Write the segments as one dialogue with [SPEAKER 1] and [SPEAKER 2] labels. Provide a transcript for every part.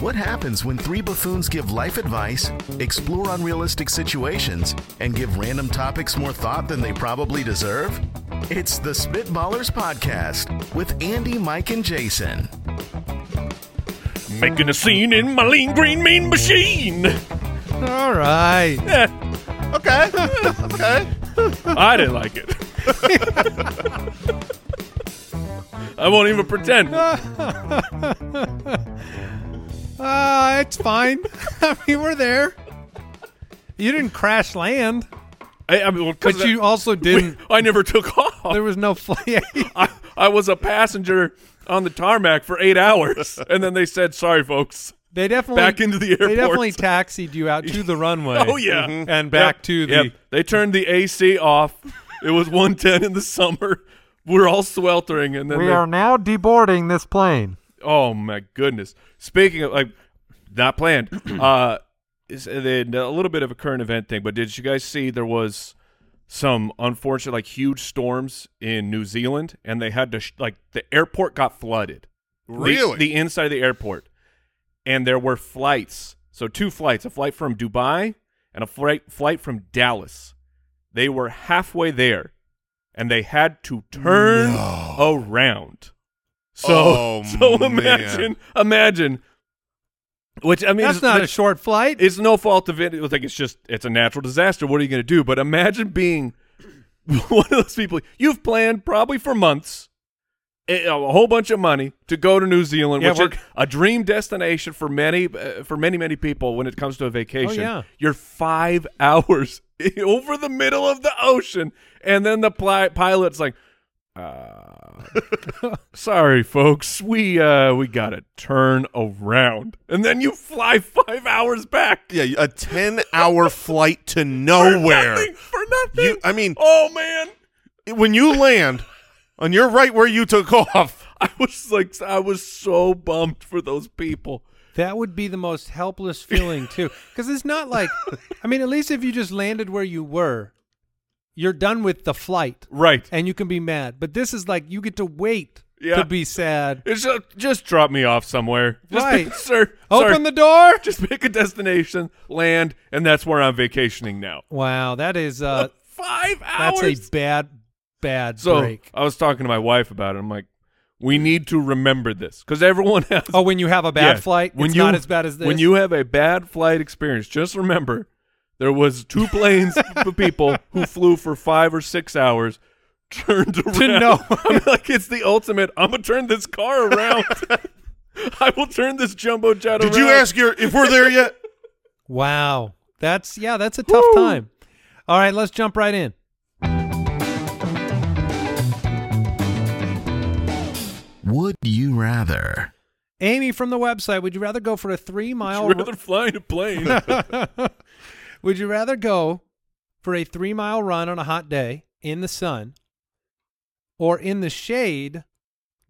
[SPEAKER 1] What happens when three buffoons give life advice, explore unrealistic situations, and give random topics more thought than they probably deserve? It's the Spitballers Podcast with Andy, Mike, and Jason.
[SPEAKER 2] Making a scene in my lean green mean machine.
[SPEAKER 3] All right.
[SPEAKER 2] Okay. okay. I didn't like it. I won't even pretend.
[SPEAKER 3] Uh, it's fine. I mean, we're there. You didn't crash land,
[SPEAKER 2] I, I mean, well, 'cause
[SPEAKER 3] but you also didn't.
[SPEAKER 2] I never took off.
[SPEAKER 3] There was no flight.
[SPEAKER 2] I, I was a passenger on the tarmac for eight hours, and then they said, "Sorry, folks."
[SPEAKER 3] They definitely
[SPEAKER 2] Back into the
[SPEAKER 3] They
[SPEAKER 2] airport.
[SPEAKER 3] definitely taxied you out to the runway. Mhm.
[SPEAKER 2] Oh yeah,
[SPEAKER 3] and back
[SPEAKER 2] Yep,
[SPEAKER 3] to the.
[SPEAKER 2] yep. They turned the AC off. It was 110 in the summer. We're all sweltering, and then they-
[SPEAKER 3] now deboarding this plane.
[SPEAKER 2] Oh my goodness! Speaking of like, not planned. uh, is- and then a little bit of a current event thing, but did you guys see there was some unfortunate, like huge storms in New Zealand, and they had to sh- like the airport got flooded. The-
[SPEAKER 4] Really?
[SPEAKER 2] the inside of the airport, and there were flights. So two flights, a flight from Dubai and a flight flight from Dallas. They were halfway there, and they had to turn around. So,
[SPEAKER 4] Oh,
[SPEAKER 2] so
[SPEAKER 4] man.
[SPEAKER 2] imagine, imagine. Which I mean,
[SPEAKER 3] That's
[SPEAKER 2] it's,
[SPEAKER 3] not a
[SPEAKER 2] it's-
[SPEAKER 3] short flight.
[SPEAKER 2] It's no fault of it. It's Like it's just, it's a natural disaster. What are you going to do? But imagine being one of those people you've planned probably for months, a, a whole bunch of money to go to New Zealand,
[SPEAKER 3] Yeah,
[SPEAKER 2] which
[SPEAKER 3] we're-
[SPEAKER 2] is a dream destination for many, uh, for many, many people when it comes to a vacation.
[SPEAKER 3] Oh, yeah.
[SPEAKER 2] You're five hours over the middle of the ocean, and then the pli- pilot's like. Uh, Sorry, folks. We uh we gotta turn around, and then you fly five hours back
[SPEAKER 4] Yeah, a ten-hour flight to
[SPEAKER 2] for
[SPEAKER 4] nowhere.
[SPEAKER 2] nothing, for nothing.
[SPEAKER 4] You- I mean-
[SPEAKER 2] oh man,
[SPEAKER 4] When you land, and you're right where you took off.
[SPEAKER 2] I was like, I was so bummed for those people.
[SPEAKER 3] That would be the most helpless feeling too, because it's not like, I mean, at least if you just landed where you were, you're done with the flight,
[SPEAKER 2] Right.
[SPEAKER 3] and you can be mad. But this is like you get to wait
[SPEAKER 2] Yeah.
[SPEAKER 3] to be sad.
[SPEAKER 2] It's just, just drop me off somewhere. Just
[SPEAKER 3] Right.
[SPEAKER 2] pick- sir.
[SPEAKER 3] Open
[SPEAKER 2] sorry.
[SPEAKER 3] the door.
[SPEAKER 2] Just pick a destination, land, and that's where I'm vacationing now.
[SPEAKER 3] Wow, that is uh,
[SPEAKER 2] Five hours.
[SPEAKER 3] that's a bad, bad
[SPEAKER 2] so
[SPEAKER 3] break.
[SPEAKER 2] I was talking to my wife about it. I'm like, we need to remember this because everyone has
[SPEAKER 3] Oh, when you have a bad
[SPEAKER 2] Yeah.
[SPEAKER 3] flight, it's not as bad as this.
[SPEAKER 2] When you have a bad flight experience, just remember there was two planes of people who flew for five or six hours, turned around.
[SPEAKER 3] no-
[SPEAKER 2] I mean, like it's the ultimate. I'm gonna turn this car around. I will turn this jumbo jet around.
[SPEAKER 4] Did you ask your if we're there yet?
[SPEAKER 3] wow, that's yeah, that's a tough time. All right, let's jump right in.
[SPEAKER 1] Would you rather?
[SPEAKER 3] Amy from the website, would you rather go for a three mile?
[SPEAKER 2] Would you rather fly in a plane?
[SPEAKER 3] Would you rather go for a three mile run on a hot day in the sun or in the shade,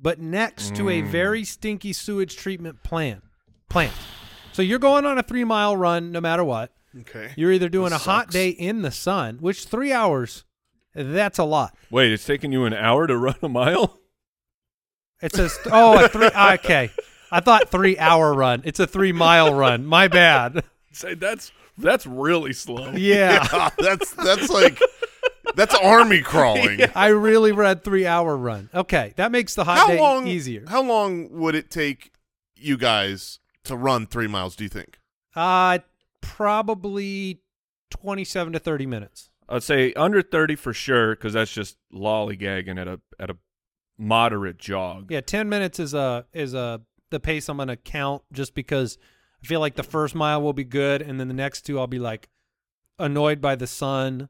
[SPEAKER 3] but next to a very stinky sewage treatment plant? Plant. So you're going on a three mile run no matter what.
[SPEAKER 4] Okay.
[SPEAKER 3] You're either doing a
[SPEAKER 4] This
[SPEAKER 3] hot
[SPEAKER 4] sucks.
[SPEAKER 3] day in the sun, which three hours, that's a lot.
[SPEAKER 2] Wait, it's taking you an hour to run a mile.
[SPEAKER 3] It says, oh, a three. Okay. I thought three hour run. It's a three mile run. My bad.
[SPEAKER 2] Say that's that's really slow.
[SPEAKER 3] Yeah.
[SPEAKER 4] that's that's like that's army crawling.
[SPEAKER 3] I really read three hour run. Okay, that makes the hot
[SPEAKER 4] How
[SPEAKER 3] day
[SPEAKER 4] long
[SPEAKER 3] easier.
[SPEAKER 4] How long would it take you guys to run three miles? Do you think?
[SPEAKER 3] Uh probably twenty seven to thirty minutes.
[SPEAKER 2] I'd say under thirty for sure because that's just lollygagging at a at a moderate jog.
[SPEAKER 3] Yeah, ten minutes is a is a the pace I'm gonna count just because I feel like the first mile will be good and then the next two I'll be like annoyed by the sun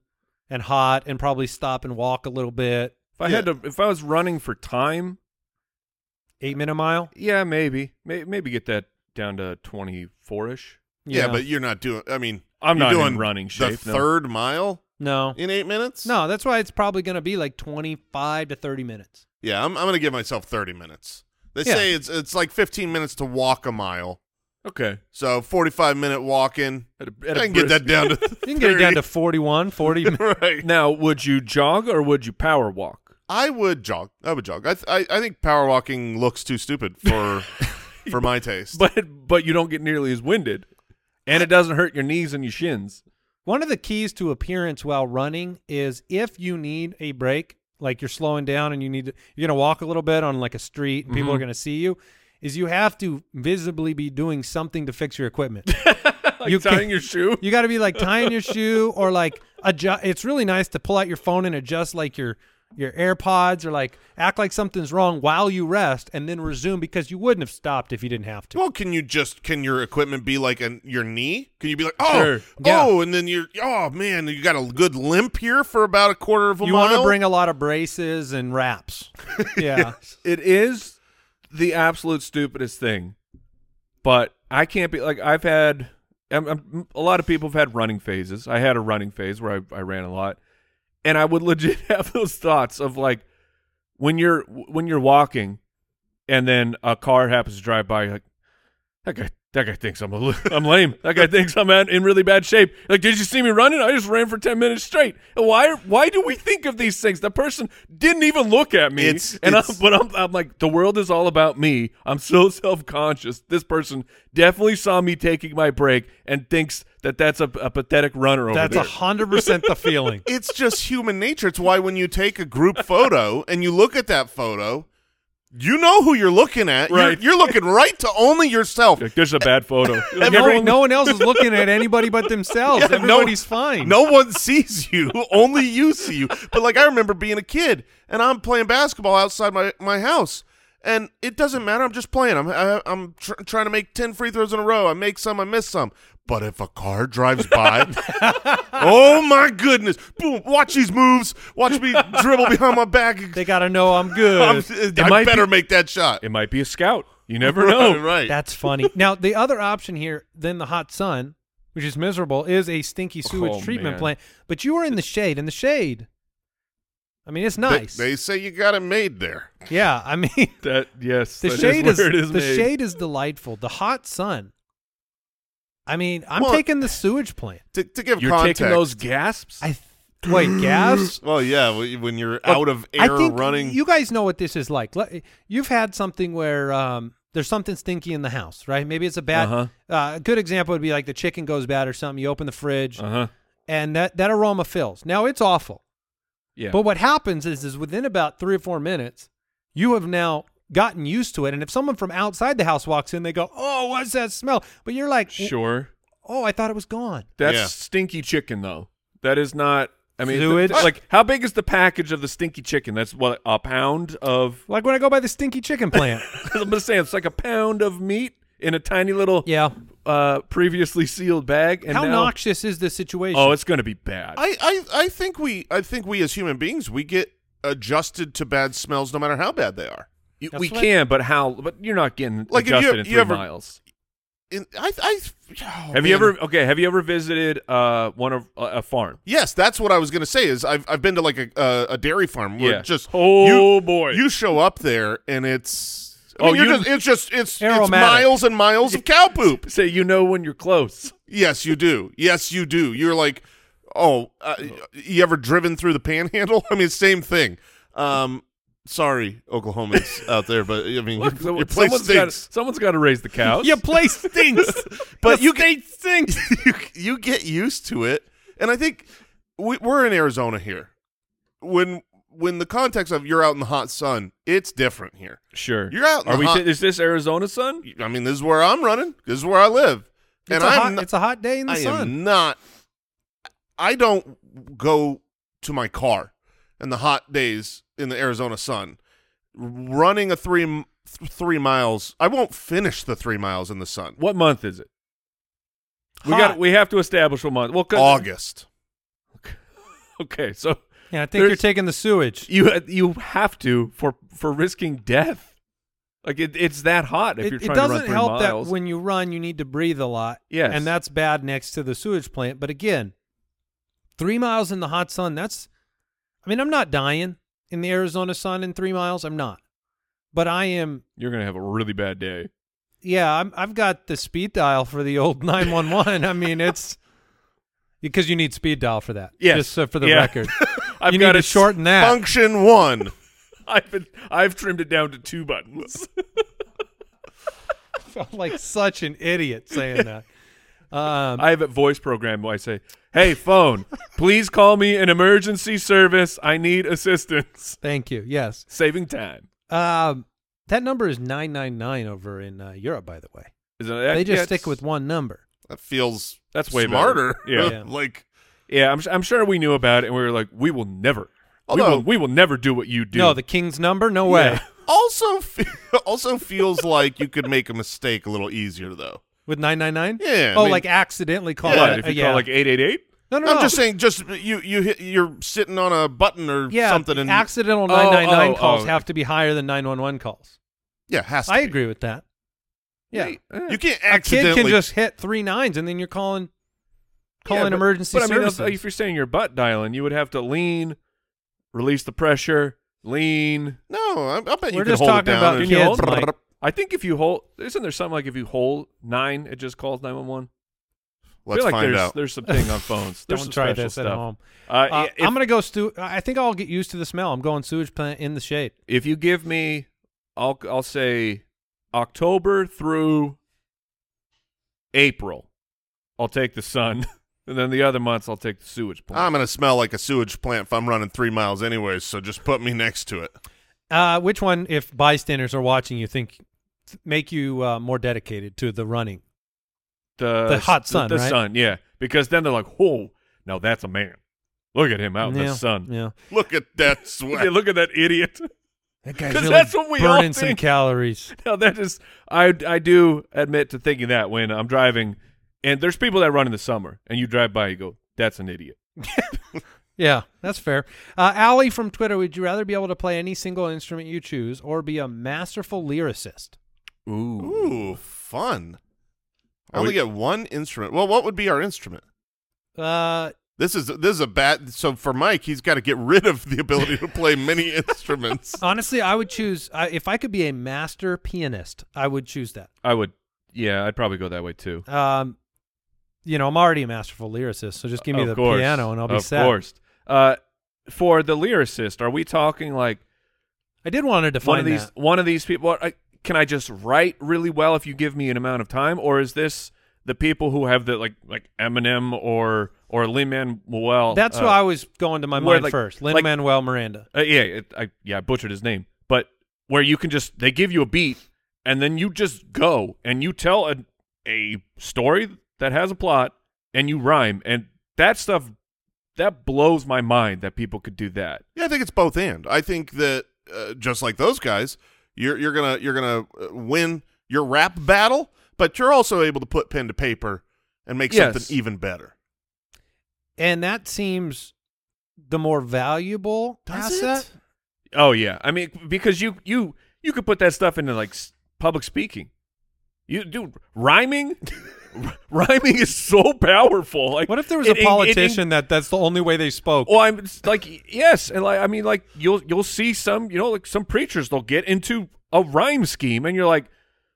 [SPEAKER 3] and hot and probably stop and walk a little bit.
[SPEAKER 2] If I had to, if I was running for time,
[SPEAKER 3] Eight minute mile.
[SPEAKER 2] yeah, maybe, May- maybe get that down to twenty four ish.
[SPEAKER 4] Yeah, but you're not doing. I mean,
[SPEAKER 2] I'm
[SPEAKER 4] you're
[SPEAKER 2] not in
[SPEAKER 4] doing
[SPEAKER 2] running
[SPEAKER 4] The
[SPEAKER 2] shape, no.
[SPEAKER 4] third mile
[SPEAKER 3] no,
[SPEAKER 4] in eight minutes.
[SPEAKER 3] no. That's why it's probably going to be like twenty five to thirty minutes.
[SPEAKER 4] Yeah, I'm. I'm gonna give myself 30 minutes. They
[SPEAKER 3] Yeah.
[SPEAKER 4] say it's it's like 15 minutes to walk a mile.
[SPEAKER 2] Okay,
[SPEAKER 4] So 45 minute walking.
[SPEAKER 2] At a-
[SPEAKER 4] I
[SPEAKER 2] at a
[SPEAKER 4] can get that
[SPEAKER 2] brisk-
[SPEAKER 4] down to.
[SPEAKER 3] You can get it down to
[SPEAKER 4] 30.
[SPEAKER 3] 41, 40 minutes.
[SPEAKER 4] right.
[SPEAKER 2] Now, would you jog or would you power walk?
[SPEAKER 4] I would jog. I would jog. I th- I, I think power walking looks too stupid for for my taste.
[SPEAKER 2] But but you don't get nearly as winded, and it doesn't hurt your knees and your shins.
[SPEAKER 3] One of the keys to appearance while running is if you need a break, like you're slowing down and you need to, you're going to walk a little bit on like a street and people are going to see you, is you have to visibly be doing something to fix your equipment.
[SPEAKER 2] Like
[SPEAKER 3] You
[SPEAKER 2] tying
[SPEAKER 3] can-
[SPEAKER 2] your shoe.
[SPEAKER 3] you got to be like tying your shoe or like adjust. It's really nice to pull out your phone and adjust like your your AirPods or like act like something's wrong while you rest and then resume because you wouldn't have stopped if you didn't have to.
[SPEAKER 4] Well, can you just can your equipment be like an your knee? Can you be like oh
[SPEAKER 2] Sure.
[SPEAKER 3] Yeah.
[SPEAKER 4] oh, and then you're oh man, you got a good limp here for about a quarter of a
[SPEAKER 3] you
[SPEAKER 4] mile.
[SPEAKER 3] want to bring a lot of braces and wraps. Yeah.
[SPEAKER 2] it is the absolute stupidest thing, but I can't be like I've had. I'm, I'm, a lot of people have had running phases. I had a running phase where I, I ran a lot, and I would legit have those thoughts of like when you're when you're walking, and then a car happens to drive by. You're like that guy, that guy thinks I'm a, li- I'm lame. That guy thinks I'm at, in really bad shape. Like, did you see me running? I just ran for ten minutes straight. Why? Why do we think of these things? The person didn't even look at me,
[SPEAKER 4] It's-
[SPEAKER 2] and
[SPEAKER 4] it's-
[SPEAKER 2] I'm, but I'm, I'm like, the world is all about me. I'm so self conscious. This person definitely saw me taking my break and thinks that that's a, a pathetic runner over
[SPEAKER 3] That's
[SPEAKER 2] there.
[SPEAKER 3] a hundred percent the feeling.
[SPEAKER 4] It's just human nature. It's why when you take a group photo and you look at that photo, you know who you're looking at. You're-
[SPEAKER 2] Right.
[SPEAKER 4] You're, looking right to only yourself.
[SPEAKER 2] like, there's a bad photo. Like,
[SPEAKER 3] no,
[SPEAKER 2] everyone-
[SPEAKER 3] no one else is looking at anybody but themselves.
[SPEAKER 4] Yeah, no-
[SPEAKER 3] Everybody's fine.
[SPEAKER 4] No one sees you. Only you see you. But like I remember being a kid and I'm playing basketball outside my, my house. And it doesn't matter. I'm just playing. I'm I, I'm tr- trying to make ten free throws in a row. I make some. I miss some. But if a car drives by, oh my goodness! Boom! Watch these moves. Watch me dribble behind my back.
[SPEAKER 3] They gotta know I'm good.
[SPEAKER 4] I'm- I
[SPEAKER 2] might
[SPEAKER 4] better
[SPEAKER 2] be-
[SPEAKER 4] make that shot.
[SPEAKER 2] it might be a scout. You never know.
[SPEAKER 4] Right, right.
[SPEAKER 3] That's funny. now the other option here than the hot sun, which is miserable, is a stinky sewage
[SPEAKER 2] Oh,
[SPEAKER 3] treatment
[SPEAKER 2] man.
[SPEAKER 3] plant. But you were in the shade. In the shade. I mean, it's
[SPEAKER 4] They-
[SPEAKER 3] nice.
[SPEAKER 4] They, say you got it made there.
[SPEAKER 3] yeah, I mean,
[SPEAKER 2] That yes,
[SPEAKER 3] the
[SPEAKER 2] that
[SPEAKER 3] shade is,
[SPEAKER 2] where it is
[SPEAKER 3] the
[SPEAKER 2] made.
[SPEAKER 3] shade is delightful. The hot sun. I mean, I'm
[SPEAKER 4] Well-
[SPEAKER 3] taking the sewage plant.
[SPEAKER 4] To, to give
[SPEAKER 2] You're
[SPEAKER 4] context,
[SPEAKER 2] taking those gasps.
[SPEAKER 3] I th- wait, gas.
[SPEAKER 4] Well, yeah, w- when you're
[SPEAKER 3] Look,
[SPEAKER 4] out of
[SPEAKER 3] I
[SPEAKER 4] air
[SPEAKER 3] think
[SPEAKER 4] running.
[SPEAKER 3] You guys know what this is like. Let- You've had something where um, there's something stinky in the house, right? Maybe it's a bad.
[SPEAKER 2] Uh-huh.
[SPEAKER 3] uh, a good example would be like the chicken goes bad or something. You open the fridge
[SPEAKER 2] uh huh.
[SPEAKER 3] and that that aroma fills. Now it's awful,
[SPEAKER 2] Yeah.
[SPEAKER 3] but what happens is is within about three or four minutes, you have now gotten used to it. And if someone from outside the house walks in, they go, "Oh, what's that smell?" But you're like,
[SPEAKER 2] sure.
[SPEAKER 3] "Oh, I thought it was gone."
[SPEAKER 2] That's
[SPEAKER 4] Yeah.
[SPEAKER 2] stinky chicken, though. That is not. I mean,
[SPEAKER 3] Fluid?
[SPEAKER 2] th- like how big is the package of the stinky chicken? That's what a pound of.
[SPEAKER 3] Like when I go by the stinky chicken plant.
[SPEAKER 2] I'm just saying, it's like a pound of meat in a tiny little
[SPEAKER 3] yeah.
[SPEAKER 2] uh, previously sealed bag. And
[SPEAKER 3] How
[SPEAKER 2] now,
[SPEAKER 3] noxious is this situation?
[SPEAKER 2] Oh, it's gonna be bad.
[SPEAKER 4] I, I, I think we, I think we as human beings, we get adjusted to bad smells, no matter how bad they are.
[SPEAKER 2] You-
[SPEAKER 3] That's
[SPEAKER 2] we
[SPEAKER 3] what-
[SPEAKER 2] can, but how? But you're not getting
[SPEAKER 4] Like, if you-
[SPEAKER 2] adjusted in
[SPEAKER 4] you
[SPEAKER 2] three
[SPEAKER 4] ever-
[SPEAKER 2] miles.
[SPEAKER 4] And I, I, oh,
[SPEAKER 2] have you
[SPEAKER 4] man.
[SPEAKER 2] ever? Okay, have you ever visited uh, one of a a farm?
[SPEAKER 4] Yes, that's what I was gonna say. Is I've, I've been to like a, uh, a dairy farm where
[SPEAKER 2] Yeah.
[SPEAKER 4] it's just
[SPEAKER 2] Oh,
[SPEAKER 4] you-
[SPEAKER 2] boy.
[SPEAKER 4] you show up there and it's. I
[SPEAKER 2] Oh,
[SPEAKER 4] mean, you're
[SPEAKER 2] you-
[SPEAKER 4] just, it's just it's, it's
[SPEAKER 3] Aromatic.
[SPEAKER 4] miles and miles of cow poop.
[SPEAKER 2] Say you know when you're close.
[SPEAKER 4] Yes, you do. Yes, you do. You're like, oh, uh, you ever driven through the Panhandle? I mean, same thing. Um, sorry, Oklahomans out there, but I mean,
[SPEAKER 2] Look,
[SPEAKER 4] your,
[SPEAKER 2] someone-
[SPEAKER 4] your place
[SPEAKER 2] someone's gotta-
[SPEAKER 4] stinks.
[SPEAKER 2] someone's got to raise the cows.
[SPEAKER 3] Your place stinks.
[SPEAKER 4] But
[SPEAKER 3] The
[SPEAKER 4] you
[SPEAKER 3] state stinks.
[SPEAKER 4] you, you get used to it, and I think we, we're in Arizona here. When when the context of you're out in the hot sun, it's different here.
[SPEAKER 2] Sure.
[SPEAKER 4] You're out in
[SPEAKER 2] Are
[SPEAKER 4] the
[SPEAKER 2] we?
[SPEAKER 4] hot-
[SPEAKER 2] t- is this Arizona sun?
[SPEAKER 4] I mean, this is where I'm running. This is where I live,
[SPEAKER 3] It's,
[SPEAKER 4] and
[SPEAKER 3] a
[SPEAKER 4] I'm
[SPEAKER 3] hot,
[SPEAKER 4] not-
[SPEAKER 3] it's a hot day in the
[SPEAKER 4] I
[SPEAKER 3] sun.
[SPEAKER 4] am not. I don't go to my car in the hot days in the Arizona sun. Running a three m- th- three miles, I won't finish the three miles in the sun.
[SPEAKER 2] What month is it? We
[SPEAKER 3] Hot.
[SPEAKER 2] got. We have to establish what month. Well, 'cause-
[SPEAKER 4] August.
[SPEAKER 2] Okay, so
[SPEAKER 3] Yeah, I think you're
[SPEAKER 2] There's-
[SPEAKER 3] taking the sewage.
[SPEAKER 2] you you have to for for risking death. Like it, it's that hot if
[SPEAKER 3] It,
[SPEAKER 2] you're
[SPEAKER 3] it
[SPEAKER 2] trying to run
[SPEAKER 3] doesn't
[SPEAKER 2] three
[SPEAKER 3] help
[SPEAKER 2] miles.
[SPEAKER 3] that when you run, you need to breathe a lot.
[SPEAKER 2] Yes.
[SPEAKER 3] And that's bad next to the sewage plant. But again, three miles in the hot sun, that's, I mean, I'm not dying in the Arizona sun in three miles. I'm not. But I am,
[SPEAKER 2] you're gonna have a really bad day.
[SPEAKER 3] yeah, I'm, I've got the speed dial for the old 911. I mean, it's because you need speed dial for that.
[SPEAKER 2] Yes.
[SPEAKER 3] Just so for the
[SPEAKER 2] Yeah.
[SPEAKER 3] record.
[SPEAKER 2] I've
[SPEAKER 3] you
[SPEAKER 2] got
[SPEAKER 3] need to
[SPEAKER 2] it-
[SPEAKER 3] shorten that.
[SPEAKER 4] Function one.
[SPEAKER 2] I've been, I've trimmed it down to two buttons.
[SPEAKER 3] felt like such an idiot saying that. Um,
[SPEAKER 2] I have a voice program where I say, "Hey phone, please call me an emergency service. I need assistance."
[SPEAKER 3] thank you. Yes.
[SPEAKER 2] Saving time.
[SPEAKER 3] Um, that number is 999 over in uh, Europe, by the way.
[SPEAKER 2] Is it- that-
[SPEAKER 3] they just
[SPEAKER 2] yeah,
[SPEAKER 3] stick with one number.
[SPEAKER 4] That feels
[SPEAKER 2] That's way better.
[SPEAKER 4] smarter.
[SPEAKER 2] Yeah.
[SPEAKER 3] Yeah.
[SPEAKER 4] like
[SPEAKER 2] Yeah, I'm, su- I'm sure we knew about it, and we were like, "We will never, we
[SPEAKER 4] Although-
[SPEAKER 2] will, we will never do what you do."
[SPEAKER 3] No, the king's number? No way.
[SPEAKER 2] Yeah.
[SPEAKER 4] also fe- also feels like you could make a mistake a little easier though.
[SPEAKER 3] With 999?
[SPEAKER 4] Yeah, I
[SPEAKER 3] Oh,
[SPEAKER 4] mean-
[SPEAKER 3] like accidentally call
[SPEAKER 2] What,
[SPEAKER 3] it.
[SPEAKER 2] if
[SPEAKER 3] uh,
[SPEAKER 2] you
[SPEAKER 3] yeah.
[SPEAKER 2] call like eight eight eight.
[SPEAKER 3] no, no,
[SPEAKER 4] I'm
[SPEAKER 3] no.
[SPEAKER 4] just saying, just you you hit, you're sitting on a button or
[SPEAKER 3] yeah,
[SPEAKER 4] something, and
[SPEAKER 3] accidental
[SPEAKER 2] Oh,
[SPEAKER 3] 999
[SPEAKER 2] oh,
[SPEAKER 3] calls
[SPEAKER 2] oh.
[SPEAKER 3] have to be higher than 911 calls.
[SPEAKER 4] yeah, has to
[SPEAKER 3] I
[SPEAKER 4] be.
[SPEAKER 3] agree with that. Yeah.
[SPEAKER 2] uh,
[SPEAKER 4] You
[SPEAKER 3] A kid
[SPEAKER 4] can't accidentally.
[SPEAKER 3] can just hit three nines and then you're calling calling
[SPEAKER 2] but-
[SPEAKER 3] emergency
[SPEAKER 2] But I mean, uh, if-
[SPEAKER 3] services.
[SPEAKER 2] if you're saying you're butt dialing, you would have to lean, release the pressure, lean.
[SPEAKER 4] no, I, I bet you
[SPEAKER 3] We're
[SPEAKER 4] could
[SPEAKER 3] just
[SPEAKER 4] hold
[SPEAKER 3] talking
[SPEAKER 4] it down.
[SPEAKER 3] about
[SPEAKER 4] and-
[SPEAKER 3] kids, Mike.
[SPEAKER 2] I think if you hold, isn't there something like if you hold nine, it just calls nine one one?
[SPEAKER 4] Let's
[SPEAKER 2] like
[SPEAKER 4] find
[SPEAKER 2] there's,
[SPEAKER 4] out.
[SPEAKER 2] There's something on phones. There's
[SPEAKER 3] Don't
[SPEAKER 2] some
[SPEAKER 3] try
[SPEAKER 2] special
[SPEAKER 3] this
[SPEAKER 2] stuff.
[SPEAKER 3] at home.
[SPEAKER 2] Uh,
[SPEAKER 3] Uh,
[SPEAKER 2] if,
[SPEAKER 3] I'm gonna go. Stu- I think I'll get used to the smell. I'm going sewage plant in the shade.
[SPEAKER 2] if you give me, I'll I'll say October through April, I'll take the sun, and then the other months I'll take the sewage plant.
[SPEAKER 4] I'm gonna smell like a sewage plant if I'm running three miles anyway. So just put me next to it.
[SPEAKER 3] Uh, which one, if bystanders are watching, you think th- make you uh, more dedicated to the running?
[SPEAKER 2] the
[SPEAKER 3] The hot sun,
[SPEAKER 2] the,
[SPEAKER 3] right?
[SPEAKER 2] sun, yeah. Because then they're like, "Whoa, now that's a man! Look at him out in
[SPEAKER 3] Yeah,
[SPEAKER 2] the sun.
[SPEAKER 3] Yeah,
[SPEAKER 4] Look at that
[SPEAKER 2] Look
[SPEAKER 4] sweat.
[SPEAKER 2] at- Look at that idiot!
[SPEAKER 3] that guy's
[SPEAKER 2] 'Cause
[SPEAKER 3] really
[SPEAKER 2] that's what we all
[SPEAKER 3] burning some
[SPEAKER 2] think.
[SPEAKER 3] calories.
[SPEAKER 2] now that is, I I do admit to thinking that when I'm driving, and there's people that run in the summer, and you drive by, you go, "That's an idiot."
[SPEAKER 3] Yeah, that's fair. Uh, Allie from Twitter: Would you rather be able to play any single instrument you choose, or be a masterful lyricist?
[SPEAKER 4] Ooh, fun. I
[SPEAKER 2] Are
[SPEAKER 4] only
[SPEAKER 2] we-
[SPEAKER 4] get one instrument. Well, what would be our instrument?
[SPEAKER 3] Uh,
[SPEAKER 4] This is this is a bad. So for Mike, he's got to get rid of the ability to play many instruments.
[SPEAKER 3] honestly, I would choose I if I could be a master pianist. I would choose that.
[SPEAKER 2] I would, yeah, I'd probably go that way too.
[SPEAKER 3] Um, you know, I'm already a masterful lyricist, so just give me
[SPEAKER 2] Of
[SPEAKER 3] the
[SPEAKER 2] course.
[SPEAKER 3] piano and I'll be
[SPEAKER 2] of
[SPEAKER 3] set.
[SPEAKER 2] course. Uh, for the lyricist, are we talking like
[SPEAKER 3] I did want to define
[SPEAKER 2] one of these
[SPEAKER 3] that.
[SPEAKER 2] one of these people? I, can I just write really well if you give me an amount of time, or is this the people who have the like like Eminem or or Lin Manuel?
[SPEAKER 3] That's
[SPEAKER 2] uh,
[SPEAKER 3] who I was going to my
[SPEAKER 2] where,
[SPEAKER 3] mind
[SPEAKER 2] like-
[SPEAKER 3] first.
[SPEAKER 2] like-
[SPEAKER 3] Lin Manuel Miranda.
[SPEAKER 2] uh, yeah, it, I yeah I butchered his name, but where you can just they give you a beat and then you just go and you tell a a story that has a plot and you rhyme and that stuff that blows my mind that people could do that.
[SPEAKER 4] Yeah, I think it's both and. I think that uh, just like those guys, you're you're gonna you're gonna uh, win your rap battle, but you're also able to put pen to paper and make
[SPEAKER 2] Yes.
[SPEAKER 4] something even better.
[SPEAKER 3] And that seems the more valuable
[SPEAKER 4] Does
[SPEAKER 3] asset.
[SPEAKER 4] it?
[SPEAKER 2] Oh yeah, I mean because you you you could put that stuff into like s- public speaking. You dude, rhyming, rhyming is so powerful. Like
[SPEAKER 3] What if there was
[SPEAKER 2] it- it-
[SPEAKER 3] a
[SPEAKER 2] it-
[SPEAKER 3] politician that that's the only way they spoke?
[SPEAKER 2] Well, I'm it's like yes, and like I mean, like you'll you'll see some you know like some preachers they'll get into a rhyme scheme, and you're like,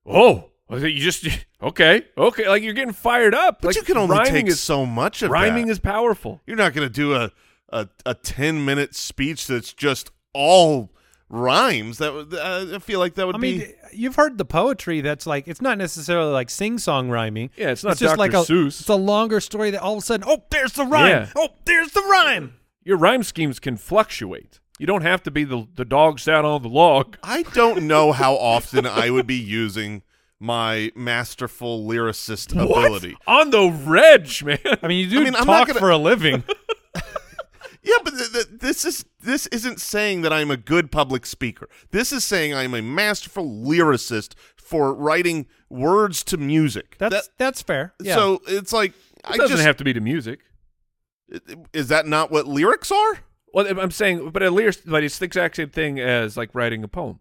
[SPEAKER 2] oh, you just okay, okay, like you're getting fired up.
[SPEAKER 4] But
[SPEAKER 2] like,
[SPEAKER 4] you can only
[SPEAKER 2] rhyming
[SPEAKER 4] take
[SPEAKER 2] is,
[SPEAKER 4] so much of
[SPEAKER 2] rhyming
[SPEAKER 4] that.
[SPEAKER 2] is powerful.
[SPEAKER 4] you're not gonna do a a, a ten minute speech that's just all rhymes. That would uh, I feel like that would
[SPEAKER 3] I
[SPEAKER 4] be.
[SPEAKER 3] mean, you've heard the poetry that's like it's not necessarily like sing song rhyming.
[SPEAKER 2] Yeah, it's not Dr.
[SPEAKER 3] just like a
[SPEAKER 2] Seuss.
[SPEAKER 3] it's a longer story that all of a sudden oh there's the rhyme
[SPEAKER 2] Yeah.
[SPEAKER 3] oh there's the rhyme.
[SPEAKER 2] Your rhyme schemes can fluctuate. You don't have to be the the dog sat on the log.
[SPEAKER 4] I don't know how often I would be using my masterful lyricist ability.
[SPEAKER 2] on the reg, man?
[SPEAKER 3] I mean, you do
[SPEAKER 4] I mean, I'm
[SPEAKER 3] talk
[SPEAKER 4] not gonna-
[SPEAKER 3] for a living.
[SPEAKER 4] Yeah, but th- th- this is this isn't saying that I'm a good public speaker. This is saying I'm a masterful lyricist for writing words to music.
[SPEAKER 3] That's that's fair.
[SPEAKER 4] That-
[SPEAKER 3] Yeah.
[SPEAKER 4] So it's like
[SPEAKER 2] It
[SPEAKER 4] I
[SPEAKER 2] doesn't
[SPEAKER 4] just
[SPEAKER 2] have to be to music.
[SPEAKER 4] Is that not what lyrics are?
[SPEAKER 2] Well, I'm saying, but a lyric, but it's the exact same thing as like writing a poem.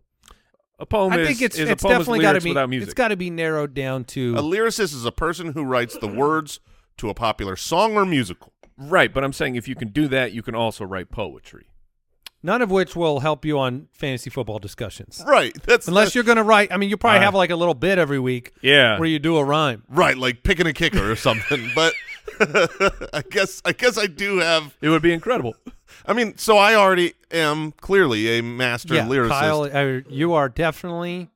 [SPEAKER 2] A poem
[SPEAKER 3] I
[SPEAKER 2] is,
[SPEAKER 3] think it's
[SPEAKER 2] is
[SPEAKER 3] it's
[SPEAKER 2] a poem
[SPEAKER 3] definitely
[SPEAKER 2] got
[SPEAKER 3] got to be
[SPEAKER 2] without music.
[SPEAKER 3] it's got to be narrowed down to
[SPEAKER 4] A lyricist is a person who writes the words to a popular song or musical.
[SPEAKER 2] right, but I'm saying if you can do that, you can also write poetry.
[SPEAKER 3] none of which will help you on fantasy football discussions.
[SPEAKER 4] Right. That's
[SPEAKER 3] Unless you're going to write, I mean, you probably
[SPEAKER 2] Uh,
[SPEAKER 3] have like a little bit every week
[SPEAKER 2] Yeah,
[SPEAKER 3] where you do a rhyme.
[SPEAKER 4] right, like picking a kicker or something. but I guess I guess I do have.
[SPEAKER 2] it would be incredible.
[SPEAKER 4] I mean, so I already am clearly a master
[SPEAKER 3] yeah,
[SPEAKER 4] lyricist.
[SPEAKER 3] Kyle, uh, you are definitely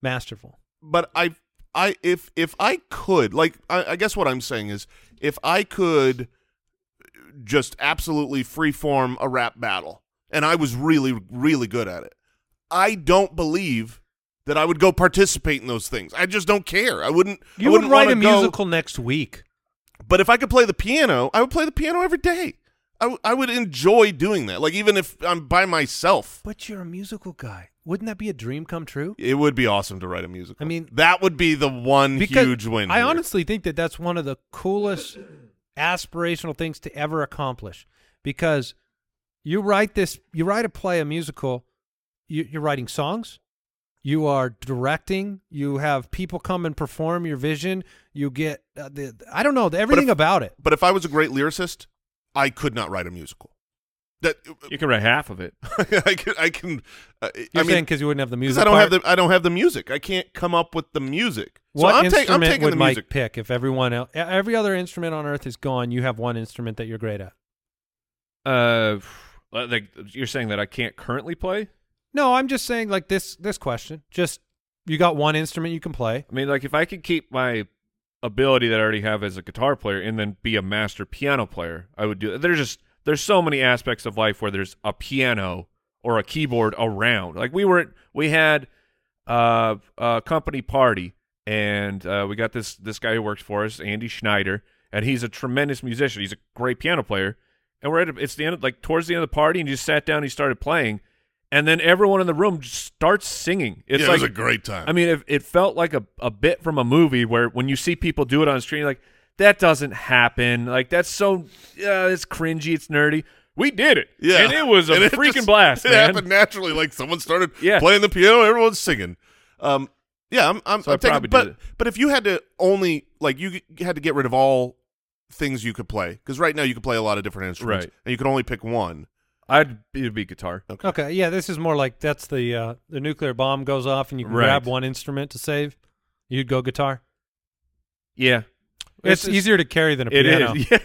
[SPEAKER 3] masterful.
[SPEAKER 4] but I, I if if I could, like, I, I guess what I'm saying is, if I could just absolutely freeform a rap battle, and I was really really good at it, I don't believe that I would go participate in those things. I just don't care. I wouldn't. I
[SPEAKER 3] You would
[SPEAKER 4] wouldn't
[SPEAKER 3] write
[SPEAKER 4] wanna
[SPEAKER 3] a
[SPEAKER 4] go-
[SPEAKER 3] musical next week.
[SPEAKER 4] But if I could play the piano, I would play the piano every day. I, w- I would enjoy doing that. Like even if I'm by myself,
[SPEAKER 3] But you're a musical guy. Wouldn't that be a dream come true?
[SPEAKER 4] it would be awesome to write a musical.
[SPEAKER 3] I mean-
[SPEAKER 4] that would be the one
[SPEAKER 3] Because
[SPEAKER 4] huge win.
[SPEAKER 3] I
[SPEAKER 4] here.
[SPEAKER 3] honestly think that that's one of the coolest aspirational things to ever accomplish because you write this, you write a play, a musical, you, you're writing songs, you are directing, you have people come and perform your vision, you get uh, the, I don't know, the- everything
[SPEAKER 4] if-
[SPEAKER 3] about it.
[SPEAKER 4] But if I was a great lyricist, I could not write a musical. That
[SPEAKER 2] You can write half of it.
[SPEAKER 4] I can I can. Uh,
[SPEAKER 3] You're
[SPEAKER 4] I mean,
[SPEAKER 3] because you wouldn't have the
[SPEAKER 4] because
[SPEAKER 3] music.
[SPEAKER 4] I don't
[SPEAKER 3] part?
[SPEAKER 4] have the I don't have the music. I can't come up with the music.
[SPEAKER 3] What
[SPEAKER 4] so I'm, ta-
[SPEAKER 3] instrument
[SPEAKER 4] I'm taking
[SPEAKER 3] would
[SPEAKER 4] the
[SPEAKER 3] Mike
[SPEAKER 4] music.
[SPEAKER 3] pick if everyone else, every other instrument on earth is gone? You have one instrument that you're great at.
[SPEAKER 2] Uh, like you're saying that I can't currently play.
[SPEAKER 3] No, I'm just saying like this this question. Just you got one instrument you can play.
[SPEAKER 2] I mean, like if I could keep my ability that I already have as a guitar player and then be a master piano player, I would do. There's just there's so many aspects of life where there's a piano or a keyboard around. Like we were we had uh, a company party and uh, we got this this guy who works for us, Andy Schneider, and he's a tremendous musician. He's a great piano player. And we're at a, it's the end of, like towards the end of the party, and he just sat down. and He started playing, and then everyone in the room just starts singing. It's
[SPEAKER 4] yeah, it
[SPEAKER 2] like
[SPEAKER 4] was a great time.
[SPEAKER 2] I mean, it, it felt like a, a bit from a movie where when you see people do it on screen, you're like, that doesn't happen. Like, that's so, uh, it's cringy, it's nerdy. We did it.
[SPEAKER 4] yeah,
[SPEAKER 2] And it was a
[SPEAKER 4] And it
[SPEAKER 2] freaking
[SPEAKER 4] just-
[SPEAKER 2] blast,
[SPEAKER 4] It
[SPEAKER 2] man.
[SPEAKER 4] happened naturally. Like someone started
[SPEAKER 2] Yeah.
[SPEAKER 4] playing the piano, everyone's singing. Um, yeah, I'm. I'm,
[SPEAKER 2] So
[SPEAKER 4] I'm
[SPEAKER 2] I'd
[SPEAKER 4] taking,
[SPEAKER 2] probably do
[SPEAKER 4] but
[SPEAKER 2] that.
[SPEAKER 4] but if you had to only like you g- had to get rid of all things you could play because right now you could play a lot of different instruments
[SPEAKER 2] Right.
[SPEAKER 4] and you could only pick one.
[SPEAKER 2] I'd it'd be guitar.
[SPEAKER 4] Okay.
[SPEAKER 3] Okay, yeah, this is more like that's the uh, the nuclear bomb goes off and you can
[SPEAKER 2] Right.
[SPEAKER 3] grab one instrument to save. You'd go guitar.
[SPEAKER 2] Yeah.
[SPEAKER 3] It's, easier to carry than a
[SPEAKER 2] It
[SPEAKER 3] piano.
[SPEAKER 2] is. Yeah.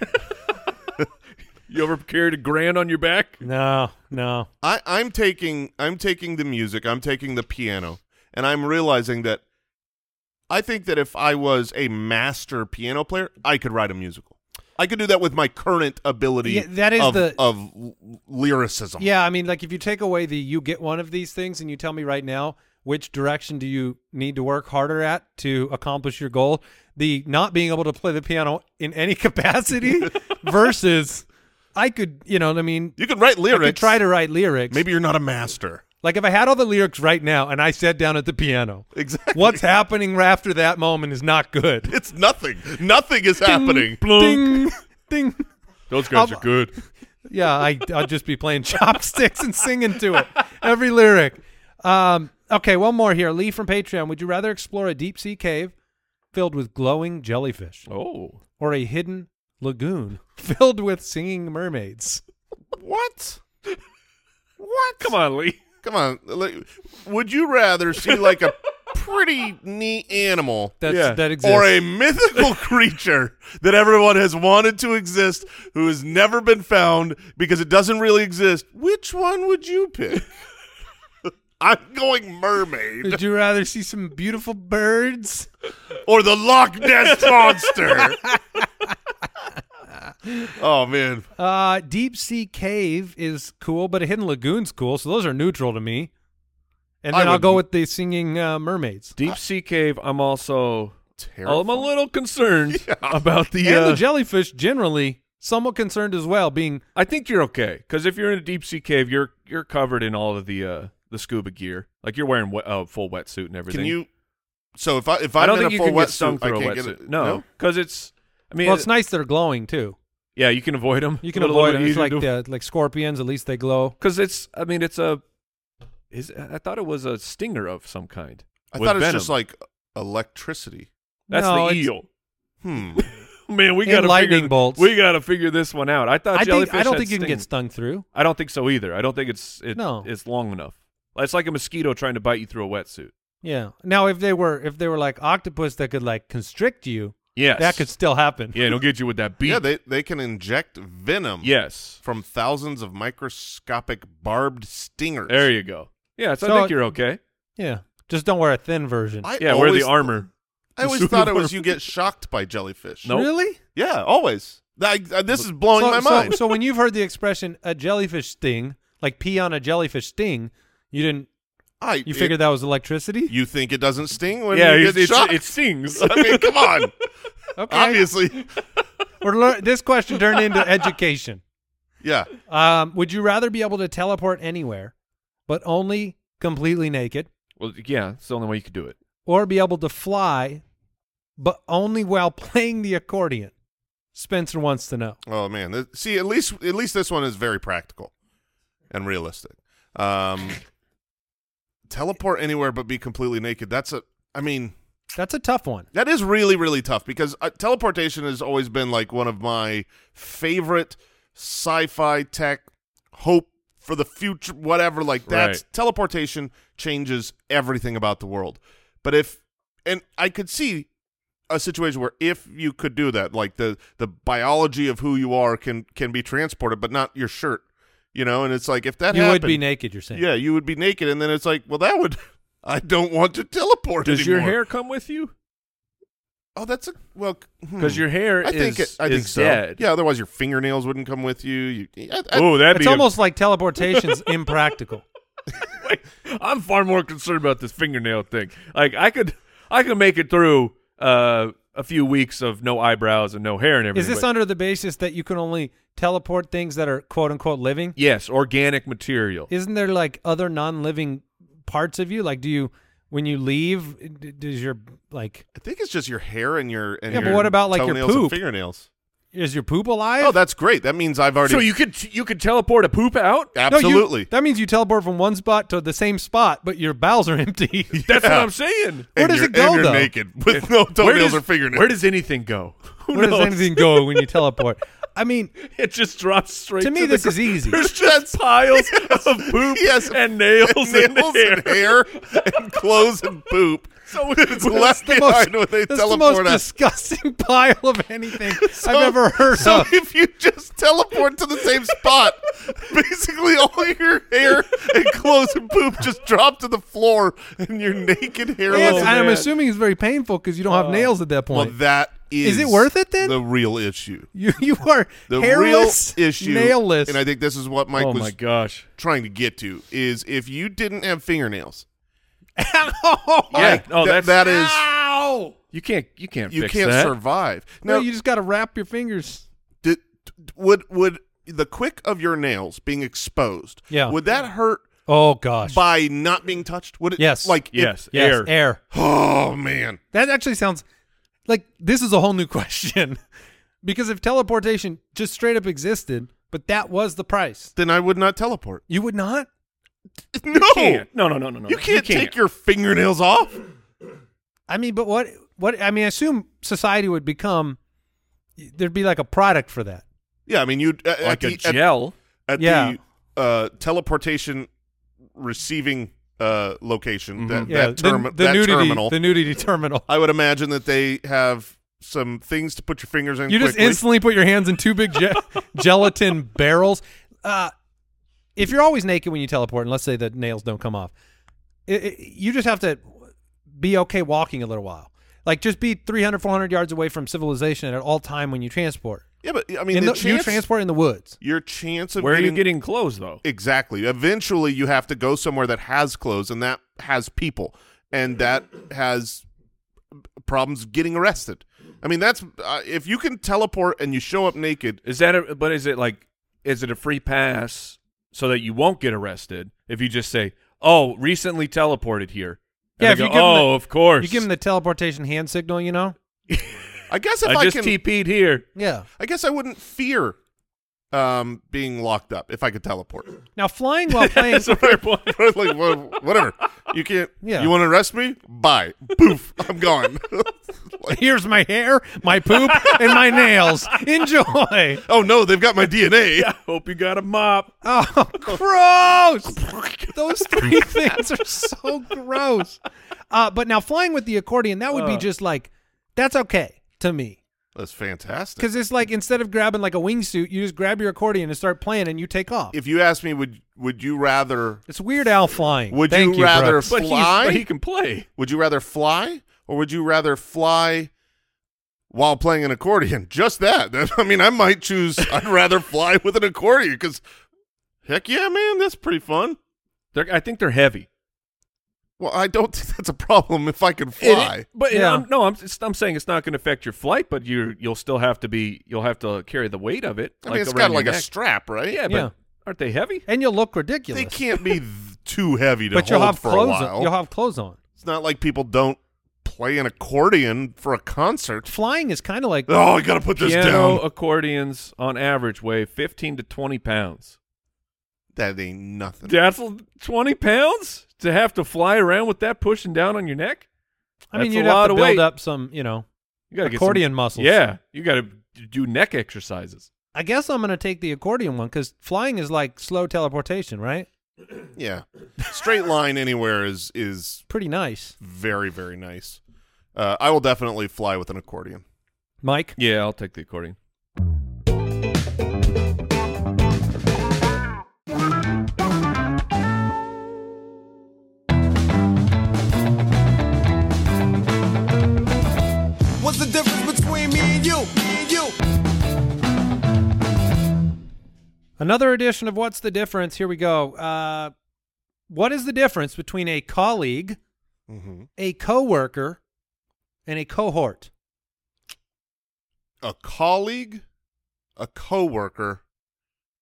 [SPEAKER 2] you ever carried a grand on your back?
[SPEAKER 3] No, no.
[SPEAKER 4] I, I'm taking I'm taking the music, I'm taking the piano, and I'm realizing that I think that if I was a master piano player, I could write a musical. I could do that with my current ability
[SPEAKER 3] Yeah, that is
[SPEAKER 4] of,
[SPEAKER 3] the-
[SPEAKER 4] of l- lyricism.
[SPEAKER 3] Yeah, I mean, like if you take away the you get one of these things and you tell me right now which direction do you need to work harder at to accomplish your goal, the not being able to play the piano in any capacity versus I could, you know, what I mean,
[SPEAKER 4] You can write lyrics.
[SPEAKER 3] I could try to write lyrics.
[SPEAKER 4] Maybe you're not a master.
[SPEAKER 3] like if I had all the lyrics right now and I sat down at the piano,
[SPEAKER 4] Exactly.
[SPEAKER 3] what's happening after that moment is not good.
[SPEAKER 4] It's nothing. Nothing is happening.
[SPEAKER 3] Ding, ding.
[SPEAKER 2] Those guys
[SPEAKER 3] I'll-
[SPEAKER 2] are good.
[SPEAKER 3] Yeah, I, I'd just be playing chopsticks and singing to it every lyric. Um, okay, one more here. Lee from Patreon. Would you rather explore a deep sea cave filled with glowing jellyfish
[SPEAKER 2] Oh.
[SPEAKER 3] or a hidden lagoon filled with singing mermaids?
[SPEAKER 4] What?
[SPEAKER 2] What? Come on, Lee.
[SPEAKER 4] Come on. li- Would you rather see like a pretty neat animal
[SPEAKER 3] That's,
[SPEAKER 2] Yeah.
[SPEAKER 3] That exists.
[SPEAKER 4] or a mythical creature that everyone has wanted to exist who has never been found because it doesn't really exist, which one would you pick? I'm going mermaid
[SPEAKER 3] Would you rather see some beautiful birds?
[SPEAKER 4] or the Loch Ness monster. oh man,
[SPEAKER 3] Uh, deep sea cave is cool, but a hidden lagoon's cool. So those are neutral to me. And
[SPEAKER 4] I
[SPEAKER 3] then I'll
[SPEAKER 4] would-
[SPEAKER 3] go with the singing uh, mermaids.
[SPEAKER 2] Deep sea cave. I'm also.
[SPEAKER 4] terrible.
[SPEAKER 2] I'm a little concerned about the.
[SPEAKER 3] and
[SPEAKER 2] uh,
[SPEAKER 3] the jellyfish generally somewhat concerned as well, being
[SPEAKER 2] I think you're okay because if you're in a deep sea cave, you're you're covered in all of the uh, the scuba gear. Like you're wearing wet, uh, full wetsuit and everything.
[SPEAKER 4] Can you? So if I if I'm
[SPEAKER 2] I don't
[SPEAKER 4] in
[SPEAKER 2] think
[SPEAKER 4] a
[SPEAKER 2] you
[SPEAKER 4] full
[SPEAKER 2] can
[SPEAKER 4] wetsuit,
[SPEAKER 2] get stung
[SPEAKER 4] I
[SPEAKER 2] through a
[SPEAKER 4] can't get
[SPEAKER 2] wetsuit.
[SPEAKER 4] it.
[SPEAKER 2] No, because it's. I mean,
[SPEAKER 3] well, it's nice they're glowing too.
[SPEAKER 2] Yeah, you can avoid them.
[SPEAKER 3] You can avoid them. It's like the, like scorpions. At least they glow.
[SPEAKER 2] because it's. I mean, it's a. Is I thought it was a stinger of some kind.
[SPEAKER 4] I
[SPEAKER 2] with
[SPEAKER 4] thought it was
[SPEAKER 2] venom.
[SPEAKER 4] just like electricity.
[SPEAKER 2] that's
[SPEAKER 3] No,
[SPEAKER 2] the
[SPEAKER 3] it's-
[SPEAKER 2] eel.
[SPEAKER 4] Hmm.
[SPEAKER 2] Man, we
[SPEAKER 3] And
[SPEAKER 2] got
[SPEAKER 3] lightning
[SPEAKER 2] figure,
[SPEAKER 3] bolts.
[SPEAKER 2] We got to figure this one out. I thought
[SPEAKER 3] I think
[SPEAKER 2] jellyfish.
[SPEAKER 3] I don't
[SPEAKER 2] had
[SPEAKER 3] think you can get
[SPEAKER 2] stings.
[SPEAKER 3] stung through.
[SPEAKER 2] I don't think so either. I don't think it's it,
[SPEAKER 3] No.
[SPEAKER 2] it's long enough. It's like a mosquito trying to bite you through a wetsuit.
[SPEAKER 3] Yeah. Now, if they were if they were like octopus that could like constrict you,
[SPEAKER 2] Yes,
[SPEAKER 3] that could still happen.
[SPEAKER 2] Yeah, it'll get you with that beak.
[SPEAKER 4] Yeah, they they can inject venom.
[SPEAKER 2] yes,
[SPEAKER 4] From thousands of microscopic barbed stingers.
[SPEAKER 2] there you go. Yeah, so,
[SPEAKER 3] So-
[SPEAKER 2] I think you're okay.
[SPEAKER 3] Yeah. Just don't wear a thin version.
[SPEAKER 4] I
[SPEAKER 2] yeah, wear
[SPEAKER 4] always-
[SPEAKER 2] the armor.
[SPEAKER 4] I always
[SPEAKER 2] Suit
[SPEAKER 4] thought
[SPEAKER 2] of
[SPEAKER 4] it was
[SPEAKER 2] armor.
[SPEAKER 4] you get shocked by jellyfish.
[SPEAKER 2] Nope.
[SPEAKER 3] Really?
[SPEAKER 4] Yeah, always. I, I- this is blowing
[SPEAKER 3] so,
[SPEAKER 4] my
[SPEAKER 3] so-
[SPEAKER 4] mind.
[SPEAKER 3] So, when you've heard the expression "a jellyfish sting," like pee on a jellyfish sting, you didn't
[SPEAKER 4] I,
[SPEAKER 3] you
[SPEAKER 4] it-
[SPEAKER 3] figured that was electricity?
[SPEAKER 4] you think it doesn't sting when
[SPEAKER 2] yeah,
[SPEAKER 4] you
[SPEAKER 2] it's,
[SPEAKER 4] get
[SPEAKER 2] it's,
[SPEAKER 4] shocked?
[SPEAKER 2] it stings.
[SPEAKER 4] I mean, come on.
[SPEAKER 3] Okay.
[SPEAKER 4] Obviously,
[SPEAKER 3] We're lear- this question turned into education.
[SPEAKER 4] yeah.
[SPEAKER 3] Um, would you rather be able to teleport anywhere, but only completely naked,
[SPEAKER 2] well, yeah, it's the only way you could do it.
[SPEAKER 3] or be able to fly, but only while playing the accordion? Spencer wants to know.
[SPEAKER 4] Oh man. Th- See, at least at least this one is very practical and realistic. Um, teleport anywhere but be completely naked. That's a. I mean,
[SPEAKER 3] That's a tough one.
[SPEAKER 4] That is really really tough because uh, teleportation has always been like one of my favorite sci-fi tech hope for the future whatever like that's
[SPEAKER 2] Right.
[SPEAKER 4] teleportation changes everything about the world. But if and I could see a situation where if you could do that like the the biology of who you are can can be transported but not your shirt, you know, and it's like if that
[SPEAKER 3] you
[SPEAKER 4] happened,
[SPEAKER 3] would be naked. You're saying.
[SPEAKER 4] Yeah, you would be naked and then it's like, well that would I don't want to teleport
[SPEAKER 2] Does your
[SPEAKER 4] anymore.
[SPEAKER 2] hair come with you?
[SPEAKER 4] Oh, that's a well
[SPEAKER 2] Because
[SPEAKER 4] hmm.
[SPEAKER 2] your hair
[SPEAKER 4] I
[SPEAKER 2] is
[SPEAKER 4] think it, I
[SPEAKER 2] is
[SPEAKER 4] think so.
[SPEAKER 2] dead.
[SPEAKER 4] Yeah, otherwise your fingernails wouldn't come with you. you I, I-
[SPEAKER 2] Oh, that'd
[SPEAKER 3] It's
[SPEAKER 2] be a-
[SPEAKER 3] almost like teleportation's impractical.
[SPEAKER 2] I'm far more concerned about this fingernail thing. Like I could, I could make it through uh, a few weeks of no eyebrows and no hair and
[SPEAKER 3] Is
[SPEAKER 2] everything.
[SPEAKER 3] this
[SPEAKER 2] but-
[SPEAKER 3] under the basis that you can only teleport things that are quote unquote living?
[SPEAKER 2] Yes, organic material.
[SPEAKER 3] Isn't there like other non-living parts of you? Like, do you when you leave, d- does your like
[SPEAKER 4] I think it's just your hair and your and
[SPEAKER 3] Yeah, but
[SPEAKER 4] your
[SPEAKER 3] what about, like, your
[SPEAKER 4] toenails and
[SPEAKER 3] poop?
[SPEAKER 4] fingernails?
[SPEAKER 3] is your poop alive?
[SPEAKER 4] Oh, that's great. That means I've already
[SPEAKER 2] so you could you could teleport a poop out.
[SPEAKER 3] No, you-
[SPEAKER 4] absolutely.
[SPEAKER 3] that means you teleport from one spot to the same spot, but your bowels are empty.
[SPEAKER 2] That's
[SPEAKER 4] Yeah.
[SPEAKER 2] what I'm saying.
[SPEAKER 3] where
[SPEAKER 4] And
[SPEAKER 3] does
[SPEAKER 4] you're-
[SPEAKER 3] it go,
[SPEAKER 4] and you're
[SPEAKER 3] though?
[SPEAKER 4] naked with no toenails
[SPEAKER 2] where does,
[SPEAKER 4] or fingernails.
[SPEAKER 2] Where does anything go? Who
[SPEAKER 3] Where does
[SPEAKER 2] knows?
[SPEAKER 3] anything go when you teleport? I mean,
[SPEAKER 2] It just drops straight.
[SPEAKER 3] to me,
[SPEAKER 2] the
[SPEAKER 3] this is
[SPEAKER 2] gr-
[SPEAKER 3] easy.
[SPEAKER 2] There's just piles of poop
[SPEAKER 4] Yes.
[SPEAKER 2] and nails and,
[SPEAKER 4] nails and hair and clothes and poop?
[SPEAKER 2] So
[SPEAKER 4] It's
[SPEAKER 2] less.
[SPEAKER 4] left behind when they
[SPEAKER 3] that's the most
[SPEAKER 4] teleport us.
[SPEAKER 3] disgusting pile of anything
[SPEAKER 4] So-
[SPEAKER 3] I've ever heard
[SPEAKER 4] So
[SPEAKER 3] of.
[SPEAKER 4] if you just teleport to the same spot, basically all your hair and clothes and poop just drop to the floor, and your naked hairless.
[SPEAKER 3] And
[SPEAKER 2] Oh,
[SPEAKER 3] I'm
[SPEAKER 2] man.
[SPEAKER 3] assuming it's very painful because you don't have nails at that
[SPEAKER 4] Oh. well,
[SPEAKER 3] point.
[SPEAKER 4] that is.
[SPEAKER 3] Is it worth it, then?
[SPEAKER 4] The real issue.
[SPEAKER 3] you you are
[SPEAKER 4] The
[SPEAKER 3] hairless,
[SPEAKER 4] real issue,
[SPEAKER 3] nailless.
[SPEAKER 4] and I think this is what Mike
[SPEAKER 2] oh
[SPEAKER 4] was
[SPEAKER 2] my gosh.
[SPEAKER 4] trying to get to is if you didn't have fingernails,
[SPEAKER 2] Yeah.
[SPEAKER 4] like,
[SPEAKER 2] No,
[SPEAKER 4] that-
[SPEAKER 2] Oh, that's
[SPEAKER 4] that is
[SPEAKER 3] Ow!
[SPEAKER 2] You can't. You can't.
[SPEAKER 4] you
[SPEAKER 2] fix
[SPEAKER 4] can't
[SPEAKER 2] that.
[SPEAKER 4] survive.
[SPEAKER 3] No,
[SPEAKER 4] Now,
[SPEAKER 3] you just got to wrap your fingers.
[SPEAKER 4] did, would would the quick of your nails being exposed?
[SPEAKER 3] Yeah.
[SPEAKER 4] would that hurt
[SPEAKER 3] Oh gosh.
[SPEAKER 4] by not being touched? Would it?
[SPEAKER 3] Yes.
[SPEAKER 4] like if-
[SPEAKER 2] Yes.
[SPEAKER 3] yes,
[SPEAKER 2] air.
[SPEAKER 3] air.
[SPEAKER 4] oh man,
[SPEAKER 3] That actually sounds like this is a whole new question because if teleportation just straight up existed, but that was the price,
[SPEAKER 4] then I would not teleport.
[SPEAKER 3] you would not.
[SPEAKER 4] No,
[SPEAKER 2] Can't. No, no, no, no, no.
[SPEAKER 4] you can't take your fingernails off.
[SPEAKER 3] I mean, but what? What? I mean, I assume society would become. There'd be like a product for that.
[SPEAKER 4] Yeah, I mean you uh,
[SPEAKER 2] like
[SPEAKER 4] at
[SPEAKER 2] a
[SPEAKER 4] the, at-
[SPEAKER 2] gel.
[SPEAKER 4] at
[SPEAKER 3] Yeah.
[SPEAKER 4] the uh, teleportation receiving uh, location
[SPEAKER 2] Mhm.
[SPEAKER 4] that,
[SPEAKER 3] Yeah,
[SPEAKER 4] that, termi-
[SPEAKER 3] the, the
[SPEAKER 4] that
[SPEAKER 3] nudity,
[SPEAKER 4] terminal.
[SPEAKER 3] the nudity terminal.
[SPEAKER 4] I would imagine that they have some things to put your fingers in.
[SPEAKER 3] You just
[SPEAKER 4] quickly.
[SPEAKER 3] instantly put your hands in two big ge- gelatin barrels. Uh, if you're always naked when you teleport, and let's say the nails don't come off, it, it- you just have to be okay walking a little while. Like just be 300, 400 yards away from civilization at all time when you transport.
[SPEAKER 4] yeah, but I mean
[SPEAKER 3] In
[SPEAKER 4] the,
[SPEAKER 3] the- you
[SPEAKER 4] chance,
[SPEAKER 3] transport in the woods.
[SPEAKER 4] your chance of
[SPEAKER 2] Where are
[SPEAKER 4] getting,
[SPEAKER 2] you getting clothes though?
[SPEAKER 4] exactly. Eventually, you have to go somewhere that has clothes and that has people and that has problems getting arrested. I mean, that's uh, if you can teleport and you show up naked.
[SPEAKER 2] Is that? A, but is it like? Is it a free pass so that you won't get arrested if you just say, "Oh, recently teleported here"? And
[SPEAKER 3] Yeah,
[SPEAKER 2] they
[SPEAKER 3] if
[SPEAKER 2] go,
[SPEAKER 3] you give 'em the-
[SPEAKER 2] oh, of course.
[SPEAKER 3] You give them the teleportation hand signal, you know?
[SPEAKER 4] I guess if I,
[SPEAKER 2] I just
[SPEAKER 4] can,
[SPEAKER 2] TP'd here.
[SPEAKER 3] Yeah.
[SPEAKER 4] I guess I wouldn't fear um, being locked up if I could teleport.
[SPEAKER 3] Now flying while playing.
[SPEAKER 2] That's a fair point.
[SPEAKER 4] like wha- whatever, you can't.
[SPEAKER 3] Yeah.
[SPEAKER 4] You want to arrest me? Bye. Poof. I'm gone. Like,
[SPEAKER 3] Here's my hair, my poop, and my nails. Enjoy.
[SPEAKER 4] oh no, they've got my DNA.
[SPEAKER 2] Hope you got a mop.
[SPEAKER 3] Oh,
[SPEAKER 4] Oh
[SPEAKER 3] gross! Those three things are so gross. Uh, but now flying with the accordion, that would be just like that's okay to me
[SPEAKER 4] That's fantastic.
[SPEAKER 3] because it's like instead of grabbing like a wingsuit, you just grab your accordion and start playing, and you take off.
[SPEAKER 4] if you asked me, would would you rather
[SPEAKER 3] it's Weird Al flying.
[SPEAKER 4] Would
[SPEAKER 3] Thank
[SPEAKER 4] you rather
[SPEAKER 3] Brooks.
[SPEAKER 2] But, he's,
[SPEAKER 4] Fly?
[SPEAKER 2] but he can play.
[SPEAKER 4] would you rather fly or would you rather fly while playing an accordion? Just that. That- I mean, I might choose. I'd rather fly with an accordion because, heck yeah, man, that's pretty fun.
[SPEAKER 2] They're, I think they're heavy.
[SPEAKER 4] Well, I don't think that's a problem if I can
[SPEAKER 2] It-
[SPEAKER 4] fly.
[SPEAKER 2] but
[SPEAKER 3] Yeah.
[SPEAKER 2] I'm, no, I'm just, I'm saying it's not going to affect your flight, but you you'll still have to be you'll have to carry the weight of it.
[SPEAKER 4] I mean, it's
[SPEAKER 2] around
[SPEAKER 4] got
[SPEAKER 2] your
[SPEAKER 4] like a
[SPEAKER 2] neck.
[SPEAKER 4] strap, right?
[SPEAKER 2] Yeah, but
[SPEAKER 3] Yeah.
[SPEAKER 2] aren't they heavy?
[SPEAKER 3] and you'll look ridiculous.
[SPEAKER 4] They can't be th- too heavy to
[SPEAKER 3] but you'll
[SPEAKER 4] hold
[SPEAKER 3] have
[SPEAKER 4] for
[SPEAKER 3] clothes.
[SPEAKER 4] a
[SPEAKER 3] On.
[SPEAKER 4] while.
[SPEAKER 3] You'll have clothes on.
[SPEAKER 4] it's not like people don't play an accordion for a concert.
[SPEAKER 3] Flying is kind of like
[SPEAKER 4] Oh, I gotta put this
[SPEAKER 2] Piano
[SPEAKER 4] down.
[SPEAKER 2] accordions on average weigh 15 to 20 pounds.
[SPEAKER 4] That ain't nothing.
[SPEAKER 2] That's l- 20 pounds to have to fly around with that pushing down on your neck.
[SPEAKER 3] I mean,
[SPEAKER 2] That's
[SPEAKER 3] you'd
[SPEAKER 2] a lot
[SPEAKER 3] have to
[SPEAKER 2] of
[SPEAKER 3] build
[SPEAKER 2] weight.
[SPEAKER 3] up some, you know.
[SPEAKER 2] You got to get
[SPEAKER 3] Accordion
[SPEAKER 2] some,
[SPEAKER 3] muscles.
[SPEAKER 2] Yeah, you got to do neck exercises.
[SPEAKER 3] I guess I'm gonna take the accordion one because flying is like slow teleportation, right?
[SPEAKER 4] Yeah, straight line anywhere is is
[SPEAKER 3] Pretty nice,
[SPEAKER 4] very very nice. Uh, I will definitely fly with an accordion.
[SPEAKER 3] Mike.
[SPEAKER 2] Yeah, I'll take the accordion.
[SPEAKER 5] What's the difference between me and you? Me and you.
[SPEAKER 3] Another edition of What's the Difference? Here we go. Uh, what is the difference between a colleague,
[SPEAKER 2] Mm-hmm.
[SPEAKER 3] a coworker, and a cohort?
[SPEAKER 4] A colleague, a coworker,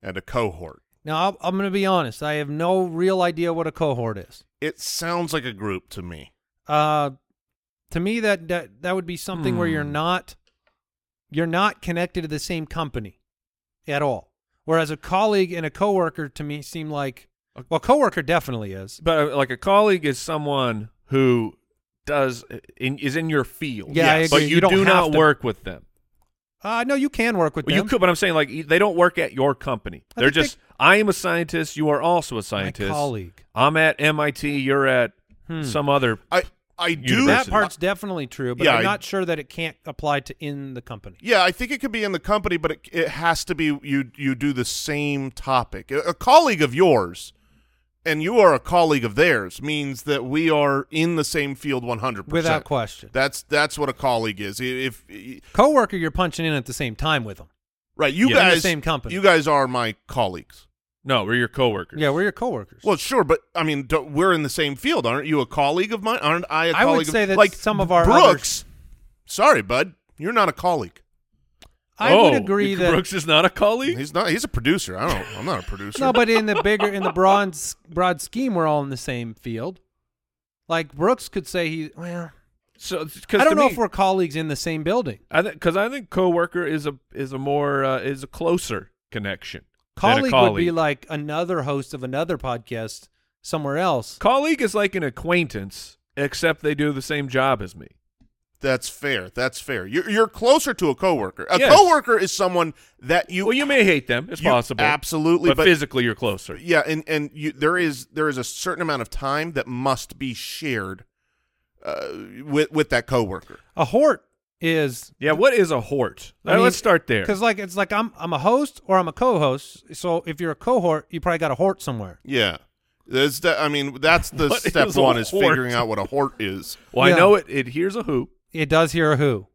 [SPEAKER 4] and a cohort.
[SPEAKER 3] Now, I'll, I'm going to be honest. I have no real idea what a cohort is.
[SPEAKER 4] It sounds like a group to me.
[SPEAKER 3] Uh, to me, that that, that would be something where you're
[SPEAKER 2] Hmm.
[SPEAKER 3] not you're not connected to the same company at all. Whereas a colleague and a coworker to me seem like well, coworker definitely is.
[SPEAKER 2] But uh, like a colleague is someone who does uh, in, is in your field.
[SPEAKER 3] Yeah, I
[SPEAKER 2] but
[SPEAKER 3] agree.
[SPEAKER 2] you,
[SPEAKER 3] You don't
[SPEAKER 2] do
[SPEAKER 3] have
[SPEAKER 2] not
[SPEAKER 3] to-
[SPEAKER 2] work with them.
[SPEAKER 3] Uh, no, you can work with
[SPEAKER 2] Well,
[SPEAKER 3] them.
[SPEAKER 2] you could, but I'm saying like y- they don't work at your company.
[SPEAKER 3] I
[SPEAKER 2] They're
[SPEAKER 3] think they-
[SPEAKER 2] just I am a scientist. You are also a scientist.
[SPEAKER 3] colleague.
[SPEAKER 2] I'm at MIT. You're at
[SPEAKER 3] Hmm.
[SPEAKER 2] some other.
[SPEAKER 4] I I do.
[SPEAKER 2] University.
[SPEAKER 3] that part's definitely true, but
[SPEAKER 4] Yeah,
[SPEAKER 3] I'm
[SPEAKER 4] I-
[SPEAKER 3] not sure that it can't apply to in the company.
[SPEAKER 4] Yeah, I think it could be in the company, but it, it has to be you. You do the same topic. A, a colleague of yours, and you are a colleague of theirs, means that we are in the same field one hundred percent.
[SPEAKER 3] Without question.
[SPEAKER 4] That's that's what a colleague is. I- If, if
[SPEAKER 3] Coworker, you're punching in at the same time with them.
[SPEAKER 4] right, you
[SPEAKER 2] Yeah.
[SPEAKER 3] In the
[SPEAKER 4] guys,
[SPEAKER 3] same company.
[SPEAKER 4] You guys are my colleagues.
[SPEAKER 2] No, we're your coworkers.
[SPEAKER 3] Yeah, we're your coworkers.
[SPEAKER 4] Well, sure, but I mean, do, we're in the same field, aren't you? A colleague of mine? Aren't I a
[SPEAKER 3] I would
[SPEAKER 4] colleague? of-
[SPEAKER 3] say that
[SPEAKER 4] like
[SPEAKER 3] some of our
[SPEAKER 4] Brooks. Sorry, bud, you're not a colleague.
[SPEAKER 3] I
[SPEAKER 2] oh,
[SPEAKER 3] would agree
[SPEAKER 2] you-
[SPEAKER 3] that
[SPEAKER 2] Brooks is not a colleague.
[SPEAKER 4] He's not. He's a producer. I don't. I'm not a producer.
[SPEAKER 3] no, but in the bigger in the broad broad scheme, we're all in the same field. Like Brooks could say he well,
[SPEAKER 2] So because
[SPEAKER 3] I don't know
[SPEAKER 2] me,
[SPEAKER 3] if we're colleagues in the same building.
[SPEAKER 2] I because I think coworker is a is a more uh, is a closer connection. than a
[SPEAKER 3] Colleague, would be
[SPEAKER 2] colleague.
[SPEAKER 3] like another host of another podcast somewhere else.
[SPEAKER 2] Colleague is like an acquaintance, except they do the same job as me.
[SPEAKER 4] That's fair. That's fair. You're, you're closer to a coworker. A
[SPEAKER 2] Yes.
[SPEAKER 4] coworker is someone that you.
[SPEAKER 2] well, you may hate them. It's
[SPEAKER 4] you-
[SPEAKER 2] possible.
[SPEAKER 4] absolutely,
[SPEAKER 2] But,
[SPEAKER 4] but-
[SPEAKER 2] physically, you're closer.
[SPEAKER 4] Yeah, and and you, there is there is a certain amount of time that must be shared uh, with with that coworker.
[SPEAKER 3] A hort is
[SPEAKER 2] Yeah. What is a hort?
[SPEAKER 3] I
[SPEAKER 2] Now,
[SPEAKER 3] mean,
[SPEAKER 2] let's start there.
[SPEAKER 3] because like it's like I'm I'm a host or I'm a co-host. So if you're a cohort, you probably got a hort somewhere.
[SPEAKER 4] Yeah, there's the, I mean that's the
[SPEAKER 2] What
[SPEAKER 4] step
[SPEAKER 2] is a
[SPEAKER 4] one is
[SPEAKER 2] hort?
[SPEAKER 4] figuring out what a hort is.
[SPEAKER 2] Well,
[SPEAKER 3] Yeah.
[SPEAKER 2] I know it. It hears a hoop.
[SPEAKER 3] It does hear a who.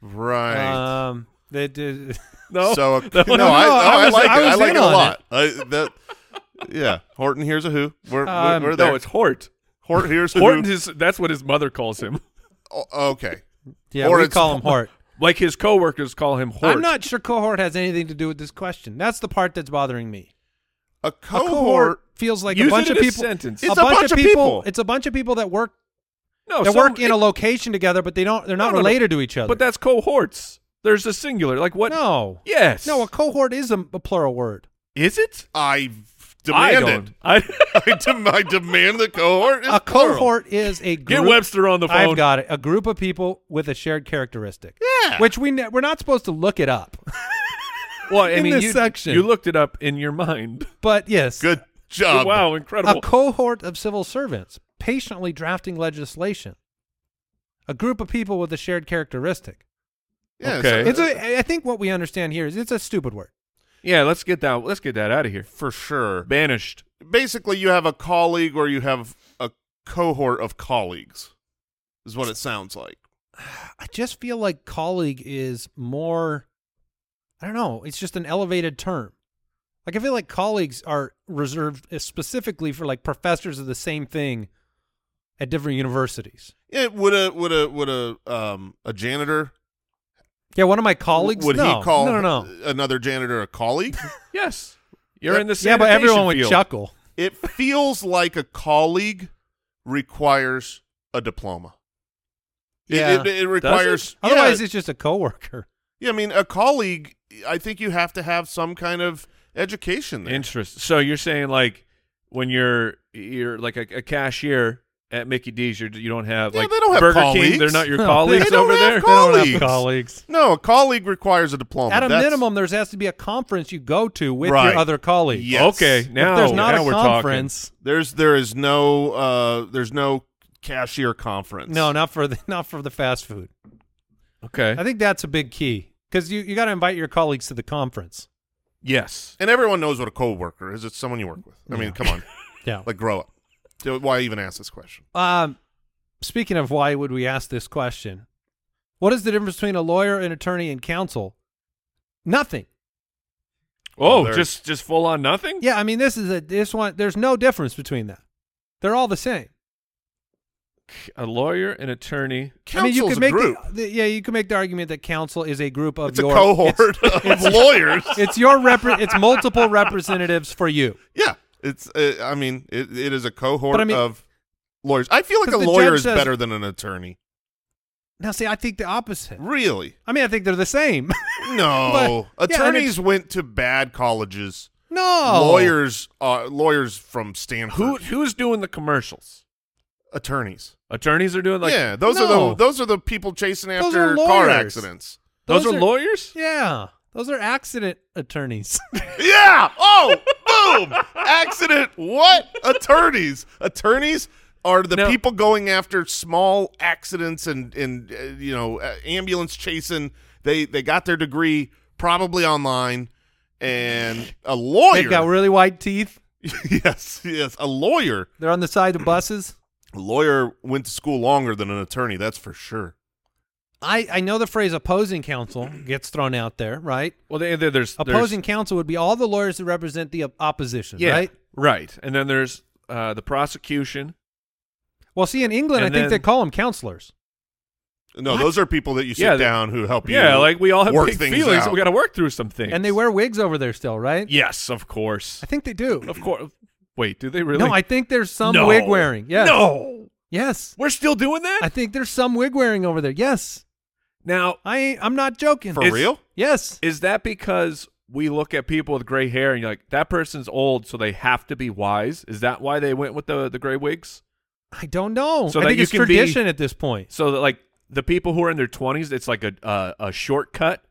[SPEAKER 4] Right.
[SPEAKER 3] Um, they do.
[SPEAKER 2] No.
[SPEAKER 4] so a,
[SPEAKER 2] that
[SPEAKER 4] no,
[SPEAKER 2] one-
[SPEAKER 4] I,
[SPEAKER 3] no,
[SPEAKER 4] no,
[SPEAKER 3] I
[SPEAKER 4] I,
[SPEAKER 3] was-
[SPEAKER 4] like
[SPEAKER 3] I
[SPEAKER 4] it. I
[SPEAKER 3] was
[SPEAKER 4] like
[SPEAKER 3] in
[SPEAKER 4] it a
[SPEAKER 3] on
[SPEAKER 4] lot. I, that, yeah, Horton here's a who. We're,
[SPEAKER 3] Um,
[SPEAKER 4] we're, we're there.
[SPEAKER 2] no, it's hort.
[SPEAKER 4] Hort here's a
[SPEAKER 2] Hort
[SPEAKER 4] who.
[SPEAKER 2] is that's what his mother calls him.
[SPEAKER 4] O- okay.
[SPEAKER 3] yeah,
[SPEAKER 4] Or
[SPEAKER 3] we
[SPEAKER 4] it's-
[SPEAKER 3] call him hort.
[SPEAKER 2] Like his coworkers call him hort.
[SPEAKER 3] I'm not sure cohort has anything to do with this question. That's the part that's bothering me.
[SPEAKER 4] A
[SPEAKER 3] A
[SPEAKER 4] cohort,
[SPEAKER 3] feels like
[SPEAKER 2] Use
[SPEAKER 3] a bunch
[SPEAKER 2] it
[SPEAKER 3] of
[SPEAKER 2] in a
[SPEAKER 3] people.
[SPEAKER 2] sentence.
[SPEAKER 4] It's a bunch of people.
[SPEAKER 3] It's a bunch of people that work
[SPEAKER 2] No,
[SPEAKER 3] they
[SPEAKER 2] Oh, some-
[SPEAKER 3] work in
[SPEAKER 2] it-
[SPEAKER 3] a location together, but they don't. They're not
[SPEAKER 2] No, no, no.
[SPEAKER 3] related to each other.
[SPEAKER 2] But that's cohorts. There's a singular. Like what?
[SPEAKER 3] no.
[SPEAKER 2] Yes.
[SPEAKER 3] No, a cohort is a, a plural word.
[SPEAKER 2] Is it?
[SPEAKER 4] I
[SPEAKER 2] I
[SPEAKER 4] demand
[SPEAKER 2] don't.
[SPEAKER 4] it.
[SPEAKER 2] I
[SPEAKER 4] I, dem- I demand the cohort. is
[SPEAKER 3] A
[SPEAKER 4] plural.
[SPEAKER 3] cohort is a group.
[SPEAKER 2] get Webster on the phone.
[SPEAKER 3] I've got it. A group of people with a shared characteristic.
[SPEAKER 4] Yeah.
[SPEAKER 3] Which we ne- we're not supposed to look it up.
[SPEAKER 2] well, I
[SPEAKER 3] in
[SPEAKER 2] mean,
[SPEAKER 3] this
[SPEAKER 2] you,
[SPEAKER 3] section.
[SPEAKER 2] You looked it up in your mind.
[SPEAKER 3] But yes,
[SPEAKER 4] Good job.
[SPEAKER 2] wow,
[SPEAKER 3] a
[SPEAKER 2] incredible.
[SPEAKER 3] cohort of civil servants patiently drafting legislation. A group of people with a shared characteristic.
[SPEAKER 4] Yeah,
[SPEAKER 2] Okay.
[SPEAKER 4] so-
[SPEAKER 3] It's a, I think what we understand here is it's a stupid word.
[SPEAKER 2] yeah, let's get that. Let's get that out of here.
[SPEAKER 4] for sure.
[SPEAKER 2] Banished.
[SPEAKER 4] Basically, you have a colleague or you have a cohort of colleagues, is what it sounds like.
[SPEAKER 3] I just feel like colleague is more I don't know, it's just an elevated term. Like I feel like colleagues are reserved uh, specifically for like professors of the same thing at different universities.
[SPEAKER 4] It would a would a would a um a janitor
[SPEAKER 3] Yeah, one of my colleagues
[SPEAKER 4] would
[SPEAKER 3] no,
[SPEAKER 4] he call
[SPEAKER 3] No, no, no.
[SPEAKER 4] another janitor a colleague?
[SPEAKER 2] Yes. You're
[SPEAKER 4] Yeah,
[SPEAKER 2] in the
[SPEAKER 3] Yeah, but
[SPEAKER 2] sanitation
[SPEAKER 3] everyone would
[SPEAKER 2] field.
[SPEAKER 3] chuckle.
[SPEAKER 4] it feels like a colleague requires a diploma. It-
[SPEAKER 3] Yeah.
[SPEAKER 4] It, it, requires. yeah.
[SPEAKER 3] Otherwise it's just a coworker.
[SPEAKER 4] yeah, I mean, a colleague. I think you have to have some kind of education there.
[SPEAKER 2] Interest. So you're saying like when you're you're like a, a cashier at Mickey D's, you're, you don't have
[SPEAKER 4] Yeah,
[SPEAKER 2] like
[SPEAKER 4] they don't have
[SPEAKER 2] Burger King.
[SPEAKER 4] colleagues.
[SPEAKER 2] They're not your
[SPEAKER 3] No, they
[SPEAKER 2] colleagues
[SPEAKER 4] don't
[SPEAKER 2] over
[SPEAKER 4] have
[SPEAKER 2] there.
[SPEAKER 4] col-
[SPEAKER 3] They
[SPEAKER 4] Colleagues.
[SPEAKER 3] don't have colleagues.
[SPEAKER 4] no, a colleague requires a diploma.
[SPEAKER 3] At a
[SPEAKER 4] That's-
[SPEAKER 3] minimum, there has to be a conference you go to with
[SPEAKER 4] Right.
[SPEAKER 3] your other colleagues.
[SPEAKER 4] Yes.
[SPEAKER 2] Okay,
[SPEAKER 4] If
[SPEAKER 2] now
[SPEAKER 3] if there's not
[SPEAKER 2] now
[SPEAKER 3] a
[SPEAKER 2] we're
[SPEAKER 3] conference,
[SPEAKER 4] There's there is no uh there's no cashier conference.
[SPEAKER 3] no, not for the not for the fast food.
[SPEAKER 2] talking. Okay.
[SPEAKER 3] I think that's a big key because you, you got to invite your colleagues to the conference.
[SPEAKER 2] yes.
[SPEAKER 4] And everyone knows what a coworker is. It's someone you work with. I mean, come on,
[SPEAKER 3] Yeah.
[SPEAKER 4] like grow up. So Why even ask this question?
[SPEAKER 3] um, speaking of why would we ask this question? What is the difference between a lawyer, an attorney, and counsel? Nothing.
[SPEAKER 2] Oh,
[SPEAKER 4] Well,
[SPEAKER 2] just just full on nothing.
[SPEAKER 3] Yeah, I mean this is a this one. There's no difference between that. They're all the same.
[SPEAKER 2] A lawyer, an attorney.
[SPEAKER 3] I mean, you
[SPEAKER 4] Counsel's
[SPEAKER 3] could
[SPEAKER 4] a
[SPEAKER 3] make
[SPEAKER 4] group.
[SPEAKER 3] The, the- yeah, you could make the argument that counsel is a group of
[SPEAKER 4] It's
[SPEAKER 3] your
[SPEAKER 4] a cohort
[SPEAKER 3] It's,
[SPEAKER 4] of lawyers.
[SPEAKER 3] it's your repre- It's multiple representatives for you.
[SPEAKER 4] Yeah, it's. Uh, I mean, it, it is a cohort
[SPEAKER 3] But I mean-
[SPEAKER 4] of lawyers. I feel like a
[SPEAKER 3] 'Cause the
[SPEAKER 4] lawyer
[SPEAKER 3] judge
[SPEAKER 4] is
[SPEAKER 3] says-
[SPEAKER 4] better than an attorney.
[SPEAKER 3] Now, see, I think the opposite.
[SPEAKER 4] Really?
[SPEAKER 3] I mean, I think they're the same.
[SPEAKER 4] No.
[SPEAKER 3] But- yeah, and
[SPEAKER 4] Attorneys went to bad colleges.
[SPEAKER 3] no,
[SPEAKER 4] Lawyers, uh, lawyers from Stanford.
[SPEAKER 2] Who who's doing the commercials?
[SPEAKER 4] attorneys?
[SPEAKER 2] Attorneys are doing like
[SPEAKER 4] yeah, those are
[SPEAKER 3] No.
[SPEAKER 4] the those are the people chasing
[SPEAKER 3] Those
[SPEAKER 4] after
[SPEAKER 3] are
[SPEAKER 4] car
[SPEAKER 3] lawyers.
[SPEAKER 4] accidents.
[SPEAKER 2] those,
[SPEAKER 3] Those
[SPEAKER 2] are,
[SPEAKER 3] are-
[SPEAKER 2] lawyers.
[SPEAKER 3] Yeah, those are accident attorneys.
[SPEAKER 4] Yeah. Oh, boom! Accident. What? Attorneys. Attorneys are the
[SPEAKER 2] Now-
[SPEAKER 4] people going after small accidents and and uh, you know uh, ambulance chasing. They they got their degree probably online, and a lawyer.
[SPEAKER 3] They've got really white teeth.
[SPEAKER 4] yes, yes, a lawyer.
[SPEAKER 3] They're on the side of buses.
[SPEAKER 4] A lawyer went to school longer than an attorney. That's for sure.
[SPEAKER 3] I, I know the phrase opposing counsel gets thrown out there, right?
[SPEAKER 2] Well, they, they, there's there's-
[SPEAKER 3] Opposing counsel would be all the lawyers that represent the op- opposition,
[SPEAKER 2] yeah,
[SPEAKER 3] right?
[SPEAKER 2] Right, and then there's uh, the prosecution.
[SPEAKER 3] Well, see, in England,
[SPEAKER 2] And
[SPEAKER 3] I think
[SPEAKER 2] then-
[SPEAKER 3] they call them counselors.
[SPEAKER 4] No, those are people that you sit
[SPEAKER 2] Yeah, they-
[SPEAKER 4] down who help you.
[SPEAKER 2] Yeah, like we all have
[SPEAKER 4] work
[SPEAKER 2] big
[SPEAKER 4] things
[SPEAKER 2] feelings.
[SPEAKER 4] out.
[SPEAKER 2] We got to work through some things.
[SPEAKER 3] And they wear wigs over there still, right?
[SPEAKER 2] Yes, of course.
[SPEAKER 3] I think they do.
[SPEAKER 2] Of course. Wait, do they really?
[SPEAKER 3] No, I think there's some
[SPEAKER 2] No.
[SPEAKER 3] wig wearing. Yes.
[SPEAKER 2] No,
[SPEAKER 3] Yes.
[SPEAKER 2] we're still doing that
[SPEAKER 3] I think there's some wig wearing over there. Yes.
[SPEAKER 2] now.
[SPEAKER 3] I ain't, I'm not joking.
[SPEAKER 4] for
[SPEAKER 2] It's-
[SPEAKER 4] real.
[SPEAKER 3] yes.
[SPEAKER 2] Is that because we look at people with gray hair and you're like, that person's old, so they have to be wise? Is that why they went with the the gray wigs?
[SPEAKER 3] I don't know.
[SPEAKER 2] So
[SPEAKER 3] I
[SPEAKER 2] that
[SPEAKER 3] think
[SPEAKER 2] you
[SPEAKER 3] it's
[SPEAKER 2] can be-
[SPEAKER 3] tradition at this point.
[SPEAKER 2] So that like the people who are in their twenties, it's like a uh, a shortcut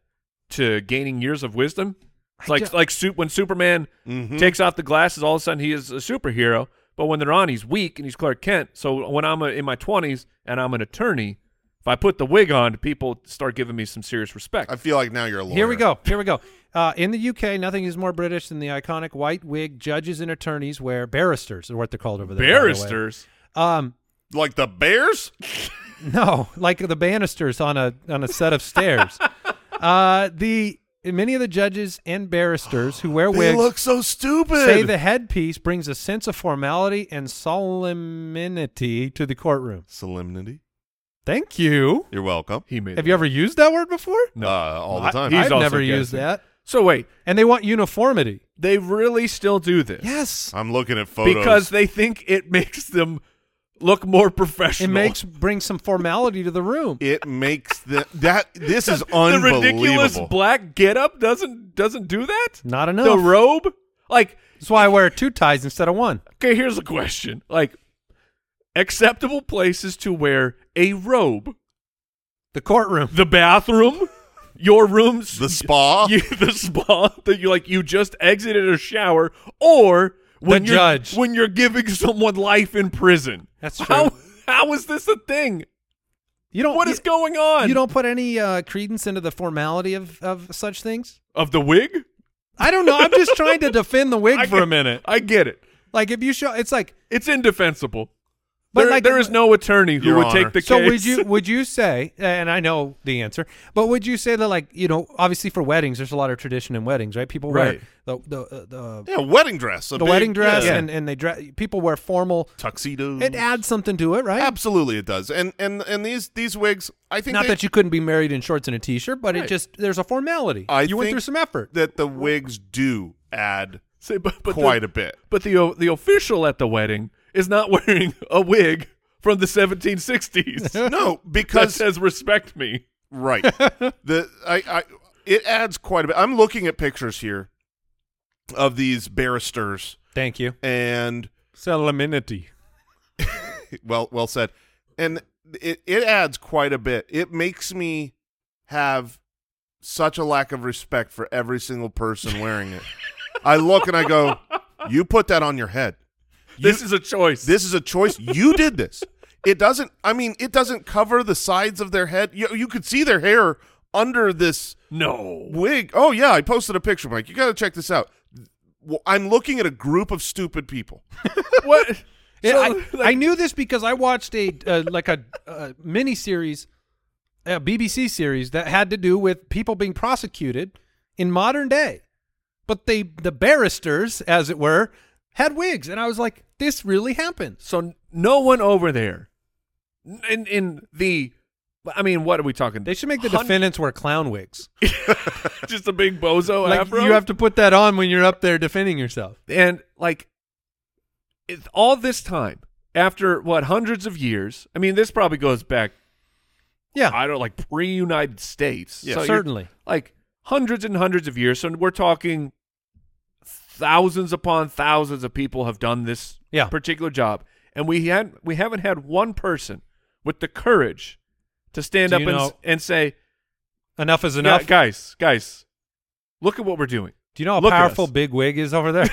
[SPEAKER 2] to gaining years of wisdom. It's
[SPEAKER 3] I
[SPEAKER 2] like
[SPEAKER 3] don't-
[SPEAKER 2] like su- when Superman
[SPEAKER 4] Mhm.
[SPEAKER 2] takes off the glasses, all of a sudden he is a superhero. But when they're on, he's weak and he's Clark Kent. So when I'm uh in my twenties and I'm an attorney, if I put the wig on, people start giving me some serious respect.
[SPEAKER 4] I feel like now you're a lawyer.
[SPEAKER 3] Here we go. Here we go. Uh, in the UK, nothing is more British than the iconic white wig judges and attorneys wear. Barristers are what they're called over there. by the way.
[SPEAKER 2] Barristers.
[SPEAKER 3] Um,
[SPEAKER 4] Like the Bears.
[SPEAKER 3] no, like the banisters on a on a set of stairs. Uh, the many of the judges and barristers who wear
[SPEAKER 4] They
[SPEAKER 3] wigs
[SPEAKER 4] look so stupid.
[SPEAKER 3] say the headpiece brings a sense of formality and solemnity to the courtroom.
[SPEAKER 4] Solemnity.
[SPEAKER 3] Thank you.
[SPEAKER 4] You're welcome.
[SPEAKER 2] He made.
[SPEAKER 3] Have you ever used that word before?
[SPEAKER 2] No.
[SPEAKER 4] Uh, all the
[SPEAKER 2] I-
[SPEAKER 4] time.
[SPEAKER 2] he's
[SPEAKER 3] I've
[SPEAKER 2] also
[SPEAKER 3] never used
[SPEAKER 2] guessing.
[SPEAKER 3] that.
[SPEAKER 2] So wait,
[SPEAKER 3] And they want uniformity.
[SPEAKER 2] they really still do this?
[SPEAKER 3] Yes.
[SPEAKER 4] I'm looking at photos.
[SPEAKER 2] Because they think it makes them look more
[SPEAKER 3] It
[SPEAKER 2] professional.
[SPEAKER 3] makes brings some formality to the room.
[SPEAKER 4] It makes the that this is
[SPEAKER 2] the ridiculous
[SPEAKER 4] unbelievable.
[SPEAKER 2] black getup doesn't doesn't do that.
[SPEAKER 3] Not enough.
[SPEAKER 2] The robe, like
[SPEAKER 3] That's why I wear two ties instead of one.
[SPEAKER 2] okay. Here's a question: like acceptable places to wear a robe,
[SPEAKER 3] The courtroom.
[SPEAKER 2] the bathroom, your rooms,
[SPEAKER 4] the spa.
[SPEAKER 2] you, the spa that you like you just exited a shower or when
[SPEAKER 3] The
[SPEAKER 2] you're,
[SPEAKER 3] judge.
[SPEAKER 2] when you're giving someone life in prison
[SPEAKER 3] That's
[SPEAKER 2] how,
[SPEAKER 3] true.
[SPEAKER 2] how is this a thing
[SPEAKER 3] You don't.
[SPEAKER 2] what
[SPEAKER 3] you,
[SPEAKER 2] is going on
[SPEAKER 3] You don't put any uh, credence into the formality of of such things.
[SPEAKER 2] of the wig
[SPEAKER 3] I don't know. I'm just trying to defend the wig
[SPEAKER 2] I
[SPEAKER 3] for
[SPEAKER 2] get-
[SPEAKER 3] a minute.
[SPEAKER 2] i get it
[SPEAKER 3] Like if you show, it's like.
[SPEAKER 2] it's indefensible
[SPEAKER 3] But
[SPEAKER 2] there,
[SPEAKER 3] like-
[SPEAKER 2] there is no attorney who
[SPEAKER 4] Your
[SPEAKER 2] would
[SPEAKER 4] Honor.
[SPEAKER 2] take the
[SPEAKER 3] So
[SPEAKER 2] case
[SPEAKER 3] would you would you say? And I know the answer, but would you say that like you know, obviously for weddings, there's a lot of tradition in weddings, right? People
[SPEAKER 2] Right.
[SPEAKER 3] wear the the uh, the,
[SPEAKER 4] yeah, wedding dress. a
[SPEAKER 3] the
[SPEAKER 4] big-
[SPEAKER 3] wedding dress,
[SPEAKER 4] yeah. Mm.
[SPEAKER 3] and and they dress. People wear formal.
[SPEAKER 4] tuxedo.
[SPEAKER 3] It adds something to it, right?
[SPEAKER 4] Absolutely, it does. And and and these these wigs, I think
[SPEAKER 3] Not
[SPEAKER 4] they-
[SPEAKER 3] that you couldn't be married in shorts and a t-shirt, but it
[SPEAKER 4] Right.
[SPEAKER 3] just there's a formality.
[SPEAKER 4] I
[SPEAKER 3] you went
[SPEAKER 4] think
[SPEAKER 3] through some effort.
[SPEAKER 4] that the wigs do add
[SPEAKER 2] Say, but, but
[SPEAKER 4] quite
[SPEAKER 2] the,
[SPEAKER 4] a bit.
[SPEAKER 2] but the o- the official at the wedding is not wearing a wig from the 1760s
[SPEAKER 4] No,
[SPEAKER 2] that
[SPEAKER 4] because
[SPEAKER 2] says respect me
[SPEAKER 4] right. The I, I it adds quite a bit. I'm looking at pictures here of these barristers
[SPEAKER 3] Thank you.
[SPEAKER 4] and
[SPEAKER 3] Solemnity.
[SPEAKER 4] well well said. And it it adds quite a bit. It makes me have such a lack of respect for every single person wearing it. I look and I go, "You put that on your head."
[SPEAKER 2] this is a choice
[SPEAKER 4] This is a choice. You did this. It doesn't. I mean, it doesn't cover the sides of their head. You, you could see their hair under this
[SPEAKER 2] no
[SPEAKER 4] wig. Oh yeah, I posted a picture, Mike. You got to check this out. Well, I'm looking at a group of stupid people.
[SPEAKER 2] what So,
[SPEAKER 3] I,
[SPEAKER 2] like-
[SPEAKER 3] I knew this because I watched a uh, like a uh, mini series, a BBC series that had to do with people being prosecuted in modern day, but they the barristers, as it were, had wigs, and I was like, this really happens.
[SPEAKER 2] So n- no one over there, n- in in the, I mean, what are we talking?
[SPEAKER 3] They should make the
[SPEAKER 2] Hun-
[SPEAKER 3] defendants wear clown wigs.
[SPEAKER 2] just a big bozo
[SPEAKER 3] Like,
[SPEAKER 2] Oh, afro.
[SPEAKER 3] you have to put that on when you're up there defending yourself.
[SPEAKER 2] and like, it, all this time after what hundreds of years? I mean, this probably goes back.
[SPEAKER 3] Yeah,
[SPEAKER 2] I don't like pre United States.
[SPEAKER 4] Yeah.
[SPEAKER 2] So you're-
[SPEAKER 3] certainly.
[SPEAKER 2] like hundreds and hundreds of years. So we're talking thousands upon thousands of people have done this
[SPEAKER 3] Yeah.
[SPEAKER 2] particular job, and we had we haven't had one person with the courage to stand
[SPEAKER 3] Do
[SPEAKER 2] up
[SPEAKER 3] you
[SPEAKER 2] and, s-
[SPEAKER 3] know-
[SPEAKER 2] and say,
[SPEAKER 3] Enough is
[SPEAKER 2] "Gu-
[SPEAKER 3] enough.
[SPEAKER 2] guys, guys, look at what we're doing.
[SPEAKER 3] Do you know how
[SPEAKER 2] Look at
[SPEAKER 3] powerful
[SPEAKER 2] us.
[SPEAKER 3] Big Wig is over there?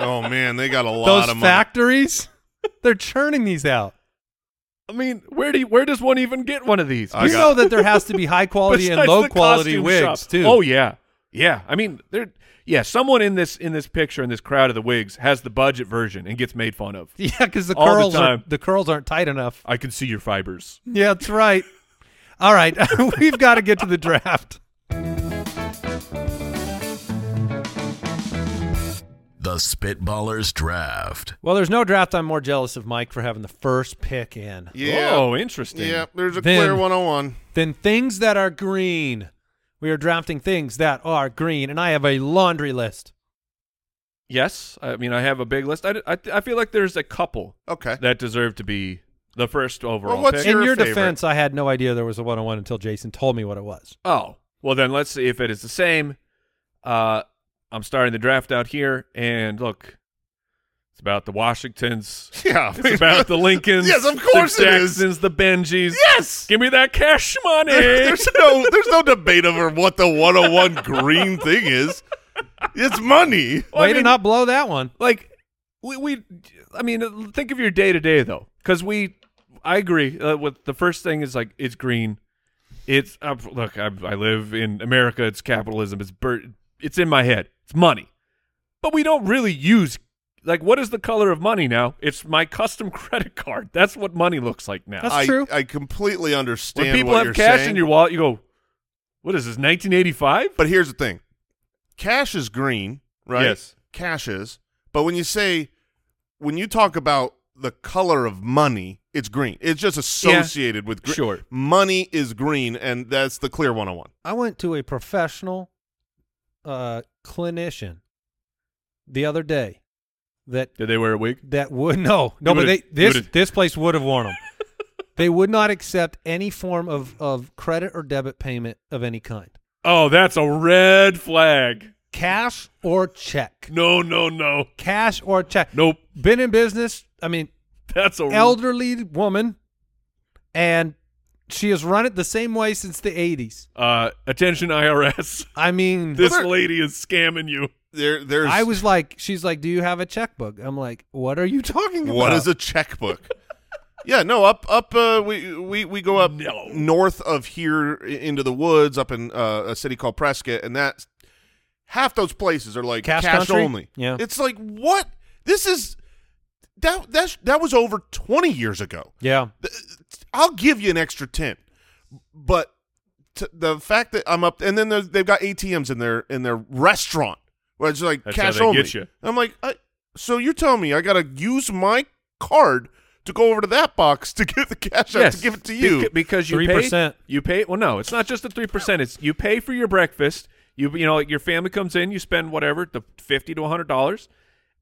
[SPEAKER 4] oh man, they got a lot
[SPEAKER 3] Those
[SPEAKER 4] of
[SPEAKER 3] factories, they're churning these out.
[SPEAKER 2] I mean, where do you, where does one even get one of these?
[SPEAKER 4] I
[SPEAKER 3] you
[SPEAKER 4] got-
[SPEAKER 3] know that there has to be high quality and
[SPEAKER 2] Besides
[SPEAKER 3] low
[SPEAKER 2] the
[SPEAKER 3] quality
[SPEAKER 2] costume
[SPEAKER 3] wigs
[SPEAKER 2] shop.
[SPEAKER 3] too.
[SPEAKER 2] Oh yeah, yeah. I mean, there. Yeah, someone in this in this picture in this crowd of the wigs has the budget version and gets made fun of.
[SPEAKER 3] yeah, because the
[SPEAKER 2] All the
[SPEAKER 3] curls are
[SPEAKER 2] time.
[SPEAKER 3] the curls aren't tight enough.
[SPEAKER 2] I can see your fibers.
[SPEAKER 3] Yeah, that's right. All right, we've got to get to the draft.
[SPEAKER 1] The Spitballers Draft.
[SPEAKER 3] Well, there's no draft. I'm more jealous of Mike for having the first pick in.
[SPEAKER 4] them. Yeah.
[SPEAKER 2] Oh, interesting.
[SPEAKER 4] Yeah. There's a oh
[SPEAKER 3] Then-
[SPEAKER 4] clear 101.
[SPEAKER 3] Then things that are green. We are drafting things that are green, and I have a laundry list.
[SPEAKER 2] Yes. I mean, I have a big list. I, I, I feel like there's a couple
[SPEAKER 4] Okay.
[SPEAKER 2] that deserve to be the first overall
[SPEAKER 4] Well, what's
[SPEAKER 2] pick.
[SPEAKER 3] In
[SPEAKER 4] your
[SPEAKER 3] your
[SPEAKER 4] favorite?
[SPEAKER 3] defense, I had no idea there was a one-on-one until Jason told me what it was.
[SPEAKER 2] oh, well, then let's see if it is the same. Uh, I'm starting the draft out here, and look, it's about the Washingtons.
[SPEAKER 4] Yeah.
[SPEAKER 2] It's about the Lincolns.
[SPEAKER 4] Yes, of course
[SPEAKER 2] the
[SPEAKER 4] it is.
[SPEAKER 2] Jacksons, the Benjis.
[SPEAKER 4] Yes!
[SPEAKER 2] Give me that cash money.
[SPEAKER 4] there's no there's no debate over what the 101 green thing is. It's money.
[SPEAKER 2] Well, I
[SPEAKER 3] Way to
[SPEAKER 2] mean,
[SPEAKER 3] not blow that one.
[SPEAKER 2] like we, we i mean uh, think of your day to day though because we i agree uh, with the first thing is like it's green it's uh, look I, I live in america it's capitalism it's bir- it's in my head it's money but we don't really use like what is the color of money now it's my custom credit card that's what money looks like now
[SPEAKER 3] That's
[SPEAKER 4] I,
[SPEAKER 3] true.
[SPEAKER 4] I completely understand
[SPEAKER 2] when people
[SPEAKER 4] what
[SPEAKER 2] have
[SPEAKER 4] you're
[SPEAKER 2] cash
[SPEAKER 4] saying.
[SPEAKER 2] in your wallet you go what is this 1985
[SPEAKER 4] But here's the thing: cash is green, right?
[SPEAKER 2] Yes.
[SPEAKER 4] cash is. But when you say, when you talk about the color of money, it's green. It's just associated with green.
[SPEAKER 2] sure.
[SPEAKER 4] money is green, and that's the clear 101.
[SPEAKER 3] I went to a professional uh, clinician the other day that
[SPEAKER 2] Did they wear a wig?
[SPEAKER 3] that would no no, but
[SPEAKER 2] would've-
[SPEAKER 3] they
[SPEAKER 2] you
[SPEAKER 3] this
[SPEAKER 2] would've-
[SPEAKER 3] this place would have worn them. they would not accept any form of of credit or debit payment of any kind,
[SPEAKER 2] Oh, that's a red flag.
[SPEAKER 3] cash or check.
[SPEAKER 2] No, no, no.
[SPEAKER 3] Cash or check.
[SPEAKER 2] Nope.
[SPEAKER 3] Been in business. I mean,
[SPEAKER 2] That's a
[SPEAKER 3] elderly woman, and she has run it the same way since the '80s.
[SPEAKER 2] uh attention IRS.
[SPEAKER 3] I mean,
[SPEAKER 2] This
[SPEAKER 4] Well, there-
[SPEAKER 2] lady is scamming you.
[SPEAKER 4] There, there's.
[SPEAKER 3] I was like, she's like, "Do you have a checkbook?" I'm like, "What are you talking about?"
[SPEAKER 4] What is a checkbook? yeah, no, up up uh, we we we go up
[SPEAKER 2] No.
[SPEAKER 4] north of here i- into the woods, up in uh, a city called Prescott, and that's half those places are like
[SPEAKER 3] Cash
[SPEAKER 4] cash
[SPEAKER 3] country?
[SPEAKER 4] only.
[SPEAKER 3] Yeah.
[SPEAKER 4] it's like what this is. That that that was over twenty years ago.
[SPEAKER 3] Yeah,
[SPEAKER 4] Th- I'll give you an extra ten, but t- the fact that I'm up, and then there's- they've got ATMs in their in their restaurant where it's like
[SPEAKER 2] That's how
[SPEAKER 4] cash
[SPEAKER 2] they
[SPEAKER 4] only.
[SPEAKER 2] get you.
[SPEAKER 4] I'm like, I, so you're telling me I gotta use my card to go over to that box to get the cash out to give it to you?
[SPEAKER 2] Beca- because you
[SPEAKER 3] 3%.
[SPEAKER 2] pay. You pay. Well, no, it's not just the three percent. It's you pay for your breakfast. You you know like your family comes in, you spend whatever the fifty to hundred dollars,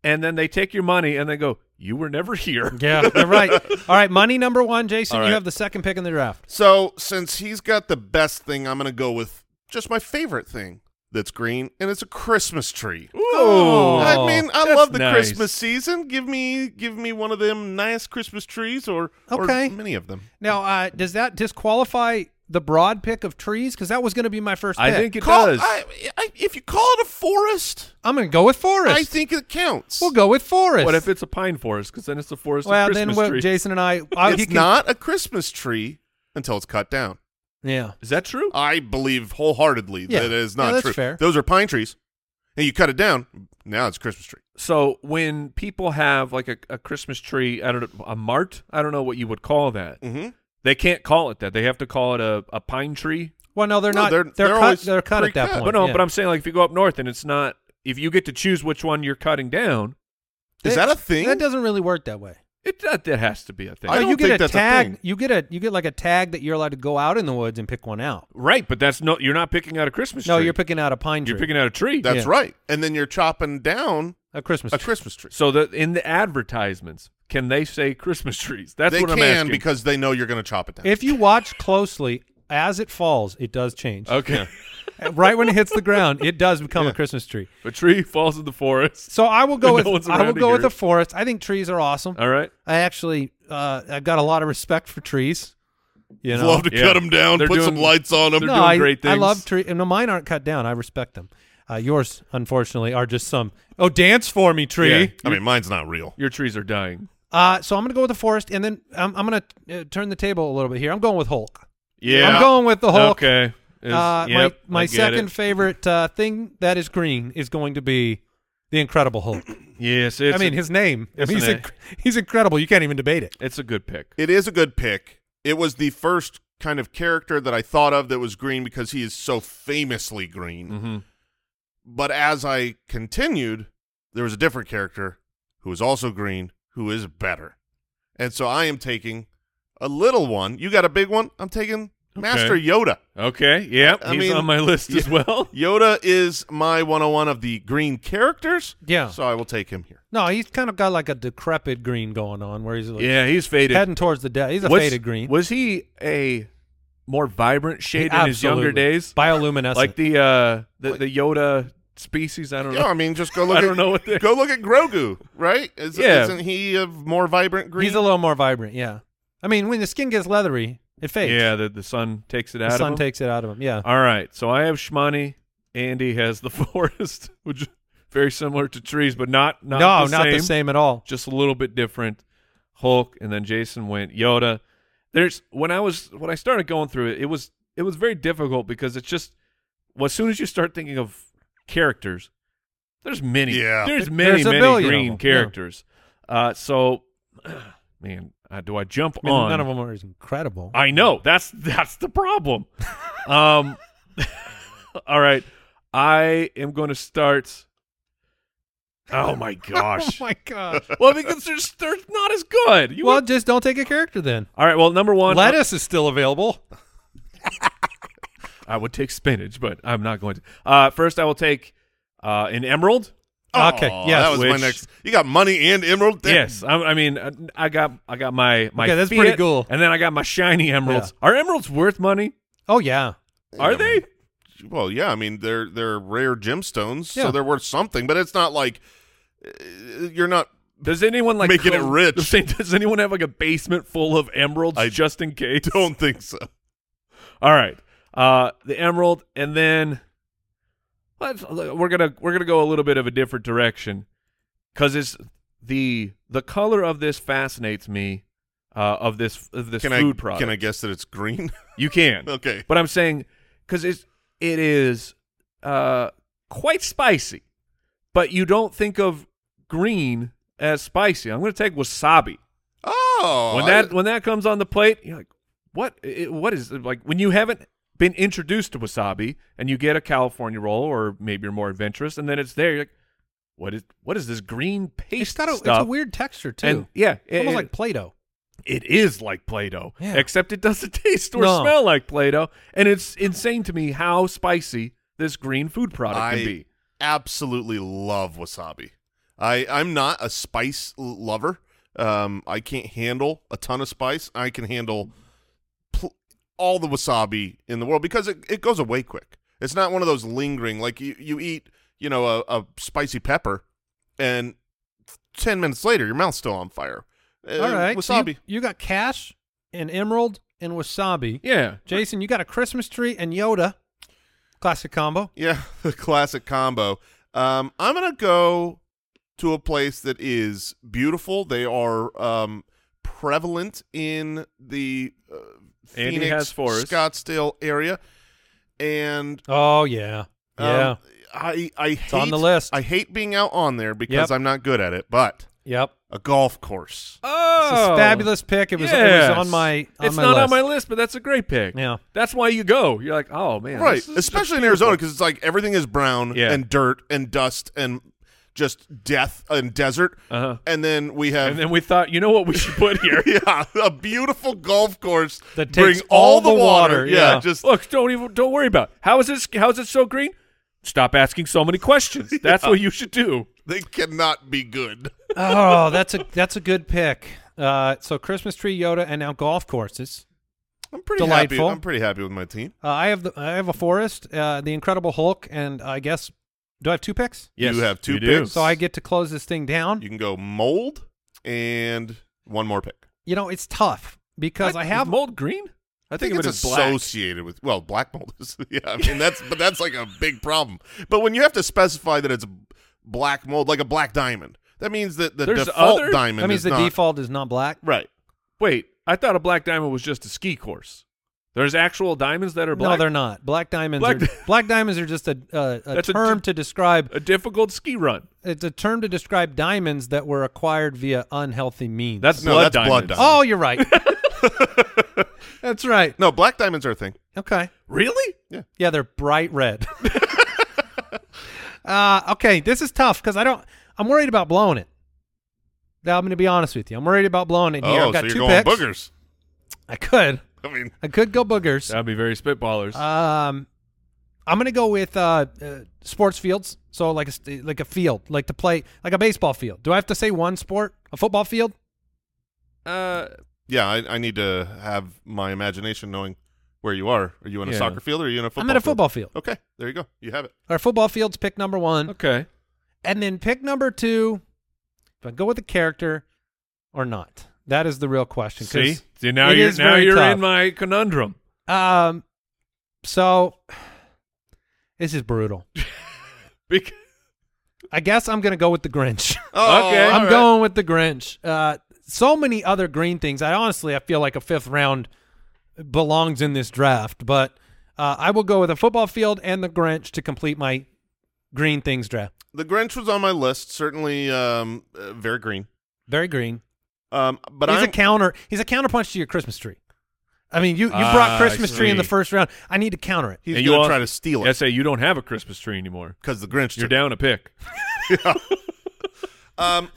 [SPEAKER 2] and then they take your money and they go, "You were never here."
[SPEAKER 3] yeah, you're right. All right, money number one, Jason.
[SPEAKER 2] All
[SPEAKER 3] You
[SPEAKER 2] right.
[SPEAKER 3] have the second pick in the draft.
[SPEAKER 4] so since he's got the best thing, I'm gonna go with just my favorite thing that's green, and it's a Christmas tree.
[SPEAKER 2] Ooh.
[SPEAKER 4] Oh, I mean, I
[SPEAKER 2] that's
[SPEAKER 4] love the
[SPEAKER 2] nice.
[SPEAKER 4] Christmas season. Give me, give me one of them nice Christmas trees, or
[SPEAKER 3] Okay.
[SPEAKER 4] or many of them.
[SPEAKER 3] Now, uh, does that disqualify the broad pick of trees? Because that was going to be my first.
[SPEAKER 2] I
[SPEAKER 3] pick.
[SPEAKER 2] think it
[SPEAKER 4] Call-
[SPEAKER 2] does.
[SPEAKER 4] I, I, if you call it a forest,
[SPEAKER 3] I'm going to go with forest.
[SPEAKER 4] I think it counts.
[SPEAKER 3] we'll go with forest.
[SPEAKER 2] what if it's a pine forest? Because then it's a forest.
[SPEAKER 3] Well,
[SPEAKER 2] of
[SPEAKER 3] then
[SPEAKER 2] Christmas
[SPEAKER 3] what-
[SPEAKER 2] tree.
[SPEAKER 3] Jason and I. I
[SPEAKER 4] it's
[SPEAKER 3] he can-
[SPEAKER 4] not a Christmas tree until it's cut down.
[SPEAKER 3] Yeah.
[SPEAKER 2] is that true?
[SPEAKER 4] I believe wholeheartedly
[SPEAKER 3] Yeah.
[SPEAKER 4] that it is
[SPEAKER 3] Yeah,
[SPEAKER 4] not
[SPEAKER 3] that's
[SPEAKER 4] true.
[SPEAKER 3] fair.
[SPEAKER 4] Those are pine trees, and you cut it down. Now it's a Christmas tree.
[SPEAKER 2] So when people have like a, a Christmas tree, I don't know, a mart. I don't know what you would call that.
[SPEAKER 4] Mm-hmm.
[SPEAKER 2] They can't call it that. They have to call it a, a pine tree.
[SPEAKER 3] Well, no, they're
[SPEAKER 4] No,
[SPEAKER 3] not.
[SPEAKER 4] they're-
[SPEAKER 3] They're,
[SPEAKER 4] they're
[SPEAKER 3] cut.
[SPEAKER 4] always
[SPEAKER 3] They're cut at that
[SPEAKER 4] pre-cut.
[SPEAKER 3] point.
[SPEAKER 2] But no,
[SPEAKER 3] Oh, yeah.
[SPEAKER 2] but I'm saying like if you go up north and it's not if you get to choose which one you're cutting down,
[SPEAKER 4] Is that a thing?
[SPEAKER 3] That doesn't really work that way.
[SPEAKER 2] it that, that has to be a thing.
[SPEAKER 4] I
[SPEAKER 3] No,
[SPEAKER 4] don't
[SPEAKER 3] you get
[SPEAKER 4] think
[SPEAKER 3] a
[SPEAKER 4] that's a
[SPEAKER 3] tag.
[SPEAKER 4] thing.
[SPEAKER 3] You get a you get like a tag that you're allowed to go out in the woods and pick one out.
[SPEAKER 2] right, but that's no you're not picking out a Christmas
[SPEAKER 3] No,
[SPEAKER 2] tree.
[SPEAKER 3] you're picking out a pine tree.
[SPEAKER 2] you're picking out a tree.
[SPEAKER 4] That's
[SPEAKER 3] Yeah.
[SPEAKER 4] right. And then you're chopping down
[SPEAKER 3] a Christmas
[SPEAKER 4] a
[SPEAKER 3] tree.
[SPEAKER 4] Christmas tree.
[SPEAKER 2] so that in the advertisements, can they say Christmas trees? That's
[SPEAKER 4] they
[SPEAKER 2] what I'm
[SPEAKER 4] can
[SPEAKER 2] asking.
[SPEAKER 4] because they know you're going to chop it down.
[SPEAKER 3] If you watch closely, as it falls, it does change.
[SPEAKER 2] Okay.
[SPEAKER 3] right when it hits the ground, it does become a Christmas tree.
[SPEAKER 2] a tree falls in the forest.
[SPEAKER 3] So I will go
[SPEAKER 2] No
[SPEAKER 3] with
[SPEAKER 2] one's
[SPEAKER 3] I will
[SPEAKER 2] around to
[SPEAKER 3] go with
[SPEAKER 2] hear
[SPEAKER 3] the
[SPEAKER 2] it.
[SPEAKER 3] forest. I think trees are awesome.
[SPEAKER 2] All right.
[SPEAKER 3] I actually uh, I've got a lot of respect for trees. You know,
[SPEAKER 4] love to
[SPEAKER 2] yeah.
[SPEAKER 4] cut them down,
[SPEAKER 2] They're
[SPEAKER 4] put some
[SPEAKER 2] doing-
[SPEAKER 4] lights on them.
[SPEAKER 2] they're doing
[SPEAKER 3] I,
[SPEAKER 2] great
[SPEAKER 3] I love
[SPEAKER 2] things.
[SPEAKER 3] tree. No, mine aren't cut down. I respect them. Uh, yours, unfortunately, are just some. Oh, dance for me, tree.
[SPEAKER 2] Yeah.
[SPEAKER 4] I mean, mine's not real.
[SPEAKER 2] Your trees are dying.
[SPEAKER 3] Uh, so I'm going to go with the forest, and then I'm, I'm going to uh, turn the table a little bit here. I'm going with Hulk.
[SPEAKER 2] Yeah.
[SPEAKER 3] I'm going with the Hulk.
[SPEAKER 2] Okay. Is-
[SPEAKER 3] Uh,
[SPEAKER 2] yep,
[SPEAKER 3] my my
[SPEAKER 2] I get it.
[SPEAKER 3] second favorite uh, thing that is green is going to be the Incredible Hulk.
[SPEAKER 2] Yes, it's
[SPEAKER 3] I mean,
[SPEAKER 2] a,
[SPEAKER 3] his name. I
[SPEAKER 2] it's
[SPEAKER 3] mean,
[SPEAKER 2] an
[SPEAKER 3] he's,
[SPEAKER 2] A.
[SPEAKER 3] inc- he's incredible. You can't even debate it.
[SPEAKER 2] it's a good pick.
[SPEAKER 4] It is a good pick. It was the first kind of character that I thought of that was green because he is so famously green.
[SPEAKER 2] Mm-hmm.
[SPEAKER 4] But as I continued, there was a different character who is also green who is better. And so I am taking a little one. You got a big one? I'm taking Master
[SPEAKER 2] Okay.
[SPEAKER 4] Yoda.
[SPEAKER 2] Okay. Yep.
[SPEAKER 4] I
[SPEAKER 2] he's
[SPEAKER 4] mean-
[SPEAKER 2] on my list as well.
[SPEAKER 4] Yoda is my 101 of the green characters.
[SPEAKER 3] Yeah.
[SPEAKER 4] So I will take him here.
[SPEAKER 3] No, he's kind of got like a decrepit green going on, where he's like
[SPEAKER 2] Yeah, he's faded.
[SPEAKER 3] heading towards the death. He's a
[SPEAKER 2] What's-
[SPEAKER 3] faded green.
[SPEAKER 2] Was he a more vibrant shade in his younger
[SPEAKER 3] Absolutely.
[SPEAKER 2] days?
[SPEAKER 3] bioluminescent.
[SPEAKER 2] Like the uh the, the Yoda species, I don't know.
[SPEAKER 4] Yeah, I mean, just go look.
[SPEAKER 2] I don't
[SPEAKER 4] at,
[SPEAKER 2] know what they-
[SPEAKER 4] go look at Grogu, right? Is,
[SPEAKER 2] Yeah.
[SPEAKER 4] Isn't he a more vibrant green?
[SPEAKER 3] he's a little more vibrant. Yeah, I mean, when the skin gets leathery, it fades.
[SPEAKER 2] yeah, the, the sun takes it out
[SPEAKER 3] the
[SPEAKER 2] of
[SPEAKER 3] sun
[SPEAKER 2] him.
[SPEAKER 3] takes it out of him. Yeah,
[SPEAKER 2] All right. So I have Shmani, Andy has the forest, which is very similar to trees, but not not
[SPEAKER 3] no,
[SPEAKER 2] the
[SPEAKER 3] not
[SPEAKER 2] same.
[SPEAKER 3] the same at all.
[SPEAKER 2] Just a little bit different. Hulk and then Jason went Yoda. There's when I was when I started going through it, it was it was very difficult because it's just well, as soon as you start thinking of characters, there's many.
[SPEAKER 4] Yeah.
[SPEAKER 2] There's
[SPEAKER 3] There's
[SPEAKER 2] many,
[SPEAKER 3] a
[SPEAKER 2] many
[SPEAKER 3] billion of
[SPEAKER 2] green
[SPEAKER 3] them, yeah.
[SPEAKER 2] characters. Uh, so, man, uh, do I jump
[SPEAKER 3] I mean,
[SPEAKER 2] on?
[SPEAKER 3] none of them are as incredible.
[SPEAKER 2] I know that's that's the problem. um, all right, I am going to start. Oh my gosh!
[SPEAKER 3] my god.
[SPEAKER 2] well, because they're, they're not as good. You
[SPEAKER 3] well,
[SPEAKER 2] want-
[SPEAKER 3] just don't take a character then.
[SPEAKER 2] all right. Well, number one, I-
[SPEAKER 3] Lettuce is still available.
[SPEAKER 2] I would take spinach, but I'm not going to. Uh, first, I will take uh, an emerald.
[SPEAKER 3] Okay, yes.
[SPEAKER 4] that was my
[SPEAKER 2] Which-
[SPEAKER 4] next. You got money and emerald. That-
[SPEAKER 2] Yes, I, I mean, I, I got I got my my
[SPEAKER 3] Okay, that's pretty
[SPEAKER 2] Fiat,
[SPEAKER 3] cool.
[SPEAKER 2] and then I got my shiny emeralds. Are emeralds worth money?
[SPEAKER 3] Oh yeah.
[SPEAKER 2] Are
[SPEAKER 4] Yeah,
[SPEAKER 2] they?
[SPEAKER 4] man. Well, yeah. I mean, they're they're rare gemstones,
[SPEAKER 3] Yeah.
[SPEAKER 4] so they're worth something. But it's not like uh, you're not.
[SPEAKER 2] Does anyone like
[SPEAKER 4] Making it rich.
[SPEAKER 2] I'm saying, Does anyone have like a basement full of emeralds
[SPEAKER 4] I
[SPEAKER 2] just in case?
[SPEAKER 4] Don't think so.
[SPEAKER 2] All right, uh, the emerald, and then let's, we're gonna we're gonna go a little bit of a different direction because it's the the color of this fascinates me. Uh, of this of this
[SPEAKER 4] Can I
[SPEAKER 2] food product,
[SPEAKER 4] can I guess that it's green?
[SPEAKER 2] You can.
[SPEAKER 4] Okay.
[SPEAKER 2] But I'm saying because it's it is uh, quite spicy, but you don't think of green as spicy. I'm going to take wasabi
[SPEAKER 4] oh,
[SPEAKER 2] when
[SPEAKER 4] I-
[SPEAKER 2] that when that comes on the plate. You're like, what? i what is like when you haven't been introduced to wasabi and you get a California roll or maybe you're more adventurous and then it's there. You're like, what is what is this green
[SPEAKER 3] It's
[SPEAKER 2] paste
[SPEAKER 3] got a, it's
[SPEAKER 2] stuff?
[SPEAKER 3] a weird texture too.
[SPEAKER 2] And- yeah,
[SPEAKER 3] It's almost
[SPEAKER 2] it-
[SPEAKER 3] like Play-Doh.
[SPEAKER 2] it is like Play-Doh,
[SPEAKER 3] Yeah.
[SPEAKER 2] except it doesn't taste or
[SPEAKER 3] No.
[SPEAKER 2] smell like Play-Doh, and it's insane to me how spicy this green food product
[SPEAKER 4] I
[SPEAKER 2] can be.
[SPEAKER 4] absolutely love wasabi. I I'm not a spice l- lover. Um, I can't handle a ton of spice. I can handle pl- all the wasabi in the world because it, it goes away quick. It's not one of those lingering like you you eat you know a, a spicy pepper and ten minutes later your mouth's still on fire. Uh,
[SPEAKER 3] All right. so you-
[SPEAKER 4] wasabi.
[SPEAKER 3] you, got cash and emerald and wasabi.
[SPEAKER 2] Yeah,
[SPEAKER 3] Jason, you got a Christmas tree and Yoda. Classic combo.
[SPEAKER 4] Yeah, the classic combo. Um, I'm gonna go to a place that is beautiful. They are um, prevalent in the uh,
[SPEAKER 2] Andy
[SPEAKER 4] Phoenix,
[SPEAKER 2] has forest.
[SPEAKER 4] Scottsdale area, and
[SPEAKER 3] Oh yeah.
[SPEAKER 4] um,
[SPEAKER 3] Yeah.
[SPEAKER 4] I I hate,
[SPEAKER 3] on the list.
[SPEAKER 4] I hate being out on there
[SPEAKER 3] Yep.
[SPEAKER 4] because I'm not good at it. But
[SPEAKER 3] yep.
[SPEAKER 4] a golf course.
[SPEAKER 2] oh,
[SPEAKER 3] It's a fabulous pick. It was, it was on my on
[SPEAKER 2] it's
[SPEAKER 3] my
[SPEAKER 2] not
[SPEAKER 3] list.
[SPEAKER 2] on my list, but that's a great pick.
[SPEAKER 3] Yeah.
[SPEAKER 2] that's why you go. You're like, oh man,
[SPEAKER 4] right
[SPEAKER 2] this is
[SPEAKER 4] especially
[SPEAKER 2] just
[SPEAKER 4] in arizona
[SPEAKER 2] beautiful.
[SPEAKER 4] because it's like everything is brown
[SPEAKER 2] Yeah.
[SPEAKER 4] and dirt and dust and just death and desert
[SPEAKER 2] Uh-huh.
[SPEAKER 4] and then we have
[SPEAKER 2] And then we thought, you know what, we should put here.
[SPEAKER 4] yeah a beautiful golf course
[SPEAKER 3] That
[SPEAKER 4] bring
[SPEAKER 3] takes all the water,
[SPEAKER 4] yeah,
[SPEAKER 3] yeah.
[SPEAKER 4] just
[SPEAKER 2] Look, don't even don't worry about. It. How is this? How is it so green? Stop asking so many questions. That's what you should do.
[SPEAKER 4] they cannot be good
[SPEAKER 3] oh, that's a that's a good pick. Uh, so Christmas tree, Yoda, and now golf courses.
[SPEAKER 4] i'm pretty
[SPEAKER 3] Delightful.
[SPEAKER 4] happy i'm pretty happy with my team
[SPEAKER 3] Uh, I have the I have a forest, uh, the Incredible Hulk, and I guess do I have two picks?
[SPEAKER 2] Yes,
[SPEAKER 4] you have two
[SPEAKER 2] you do.
[SPEAKER 4] picks
[SPEAKER 3] So I get to close this thing down.
[SPEAKER 4] you can go mold and one more pick
[SPEAKER 3] You know, it's tough because
[SPEAKER 2] What?
[SPEAKER 3] I
[SPEAKER 2] Is
[SPEAKER 3] have
[SPEAKER 2] mold green. I think, of
[SPEAKER 4] it's
[SPEAKER 2] it as black.
[SPEAKER 4] associated with well black mold is yeah i mean that's but that's like a big problem but when you have to specify that it's black mold like a black diamond that means that the
[SPEAKER 2] There's
[SPEAKER 4] default
[SPEAKER 2] other-
[SPEAKER 4] diamond
[SPEAKER 3] that means
[SPEAKER 4] is
[SPEAKER 3] the
[SPEAKER 4] not-
[SPEAKER 3] default is not black.
[SPEAKER 4] right
[SPEAKER 2] Wait, I thought a black diamond was just a ski course. There's actual diamonds that are black.
[SPEAKER 3] No, they're not. Black diamonds.
[SPEAKER 2] Black
[SPEAKER 3] are,
[SPEAKER 2] di-
[SPEAKER 3] black diamonds are just a uh, a
[SPEAKER 2] That's a
[SPEAKER 3] term
[SPEAKER 2] di-
[SPEAKER 3] to describe.
[SPEAKER 2] A difficult ski run.
[SPEAKER 3] It's a term to describe diamonds that were acquired via unhealthy means.
[SPEAKER 2] That's
[SPEAKER 4] No,
[SPEAKER 2] blood
[SPEAKER 4] that's blood
[SPEAKER 2] diamonds.
[SPEAKER 4] diamond.
[SPEAKER 3] oh, you're right. that's right.
[SPEAKER 4] no black diamonds are a thing
[SPEAKER 3] Okay.
[SPEAKER 2] Really?
[SPEAKER 3] Yeah, they're bright red. uh, okay, this is tough because I don't. I'm worried about blowing it. Now, I'm going to be honest with you. I'm worried about blowing it here.
[SPEAKER 4] oh
[SPEAKER 3] I've got
[SPEAKER 4] so you're
[SPEAKER 3] two
[SPEAKER 4] going
[SPEAKER 3] picks.
[SPEAKER 4] boogers
[SPEAKER 3] I could.
[SPEAKER 4] i mean
[SPEAKER 3] I could go boogers.
[SPEAKER 2] That'd be very spitballers.
[SPEAKER 3] Um, I'm going to go with uh, uh, sports fields. So like a st- like a field, like to play like a baseball field. Do I have to say one sport? A football field?
[SPEAKER 2] Uh,
[SPEAKER 4] yeah I, I need to have my imagination knowing where you are are you in
[SPEAKER 2] Yeah.
[SPEAKER 4] a soccer field or are you in a football
[SPEAKER 3] I'm at a football field.
[SPEAKER 4] field? okay there you go you have it
[SPEAKER 3] Our football field's pick number one.
[SPEAKER 2] okay.
[SPEAKER 3] And then pick number two, if I go with the character or not. That is the real question. 'cause-
[SPEAKER 2] See, See, now
[SPEAKER 3] it
[SPEAKER 2] you're
[SPEAKER 3] is
[SPEAKER 2] now
[SPEAKER 3] very
[SPEAKER 2] you're
[SPEAKER 3] tough.
[SPEAKER 2] in my conundrum.
[SPEAKER 3] Um, so this is brutal.
[SPEAKER 2] Bec-
[SPEAKER 3] I guess I'm gonna go with the Grinch.
[SPEAKER 4] oh,
[SPEAKER 2] Okay.
[SPEAKER 3] I'm
[SPEAKER 4] all right.
[SPEAKER 3] going with the Grinch. Uh, so many other green things. I honestly, I feel like a fifth round belongs in this draft, but uh, I will go with a football field and the Grinch to complete my green things draft.
[SPEAKER 4] the grinch was on my list certainly um uh, very green
[SPEAKER 3] Very green.
[SPEAKER 4] um but
[SPEAKER 3] he's
[SPEAKER 4] i'm
[SPEAKER 3] a counter. He's a counterpunch to your Christmas tree. I mean, you you
[SPEAKER 2] Ah,
[SPEAKER 3] brought
[SPEAKER 2] I
[SPEAKER 3] Christmas tree in the
[SPEAKER 2] see.
[SPEAKER 3] first round. I need to counter it.
[SPEAKER 4] He's
[SPEAKER 2] And you
[SPEAKER 4] gonna
[SPEAKER 2] all-
[SPEAKER 4] try to steal
[SPEAKER 2] I
[SPEAKER 4] it
[SPEAKER 2] say you don't have a Christmas tree anymore.
[SPEAKER 4] because the Grinch.
[SPEAKER 2] You're
[SPEAKER 4] took it.
[SPEAKER 2] down a pick.
[SPEAKER 4] Um,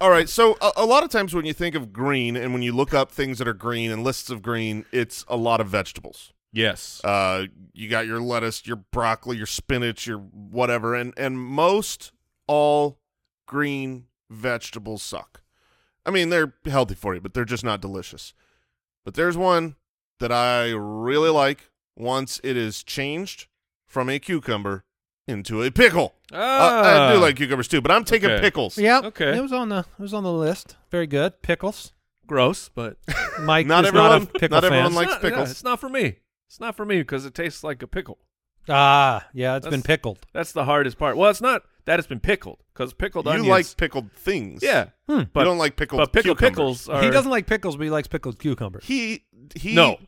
[SPEAKER 4] all right. So a, a lot of times when you think of green and when you look up things that are green and lists of green, it's a lot of vegetables.
[SPEAKER 2] Yes.
[SPEAKER 4] Uh, you got your lettuce, your broccoli, your spinach, your whatever, and and most all green vegetables suck. I mean, they're healthy for you, but they're just not delicious. But there's one that I really like once it is changed from a cucumber into a pickle. Uh, I, I do
[SPEAKER 2] Ah.
[SPEAKER 4] like cucumbers too, but I'm taking
[SPEAKER 2] Okay.
[SPEAKER 4] pickles.
[SPEAKER 3] Yeah.
[SPEAKER 2] Okay.
[SPEAKER 3] It was on the it was on the list. Very good. Pickles.
[SPEAKER 2] Gross, but
[SPEAKER 3] Mike
[SPEAKER 4] Not
[SPEAKER 3] is not a
[SPEAKER 4] everyone-
[SPEAKER 3] pickle
[SPEAKER 4] not everyone
[SPEAKER 3] fan.
[SPEAKER 4] likes
[SPEAKER 2] It's not- yeah,
[SPEAKER 4] pickles.
[SPEAKER 2] it's not for me. It's not for me because it tastes like a pickle.
[SPEAKER 3] ah, yeah, it's been
[SPEAKER 2] That's-
[SPEAKER 3] pickled.
[SPEAKER 2] That's the hardest part. Well, it's not that it's been pickled because pickled
[SPEAKER 4] you
[SPEAKER 2] onions.
[SPEAKER 4] like pickled things.
[SPEAKER 2] yeah,
[SPEAKER 3] Hmm.
[SPEAKER 2] but
[SPEAKER 4] you don't like pickled
[SPEAKER 2] but pickle
[SPEAKER 4] cucumbers.
[SPEAKER 2] pickles are
[SPEAKER 3] He doesn't like pickles, but he likes pickled cucumbers.
[SPEAKER 4] He he
[SPEAKER 2] no.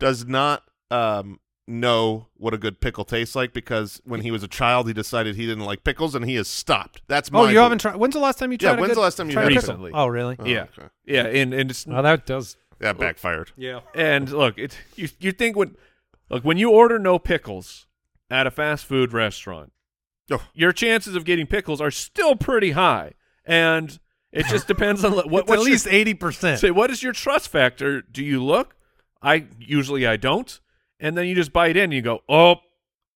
[SPEAKER 4] does not um know what a good pickle tastes like because when he was a child he decided he didn't like pickles and he has stopped. That's my
[SPEAKER 3] Oh, you
[SPEAKER 4] belief.
[SPEAKER 3] haven't tried. When's the last time you
[SPEAKER 4] Yeah,
[SPEAKER 3] tried? a
[SPEAKER 4] when's
[SPEAKER 3] good- Mm.
[SPEAKER 4] the last time you
[SPEAKER 3] tried a
[SPEAKER 4] had
[SPEAKER 3] pickle?
[SPEAKER 2] recently?
[SPEAKER 3] Oh, really?
[SPEAKER 4] Oh,
[SPEAKER 2] yeah,
[SPEAKER 4] okay.
[SPEAKER 2] yeah, and and it's
[SPEAKER 3] Well, that does.
[SPEAKER 4] that backfired.
[SPEAKER 3] Yeah.
[SPEAKER 2] and look, it's you you think when look when you order no pickles at a fast food restaurant,
[SPEAKER 4] Oh.
[SPEAKER 2] your chances of getting pickles are still pretty high, and it just depends on what
[SPEAKER 3] What,
[SPEAKER 2] what's
[SPEAKER 3] at
[SPEAKER 2] your-
[SPEAKER 3] least eighty percent.
[SPEAKER 2] Say, what is your trust factor? Do you look? I usually I don't, and then you just bite in. and You go, oh,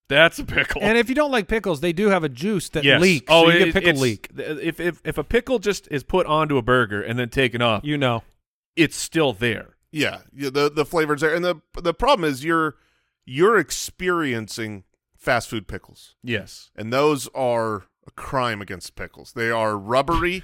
[SPEAKER 2] that's a pickle.
[SPEAKER 3] And if you don't like pickles, they do have a juice that
[SPEAKER 2] Yes.
[SPEAKER 3] leaks.
[SPEAKER 2] Oh,
[SPEAKER 3] so you
[SPEAKER 2] it-
[SPEAKER 3] get pickle
[SPEAKER 2] it's-
[SPEAKER 3] leak.
[SPEAKER 2] th- If if if a pickle just is put onto a burger and then taken off,
[SPEAKER 3] You know.
[SPEAKER 2] it's still there.
[SPEAKER 4] Yeah, yeah, the the flavors there, and the the problem is you're you're experiencing fast food pickles,
[SPEAKER 2] Yes.
[SPEAKER 4] and those are a crime against pickles. They are rubbery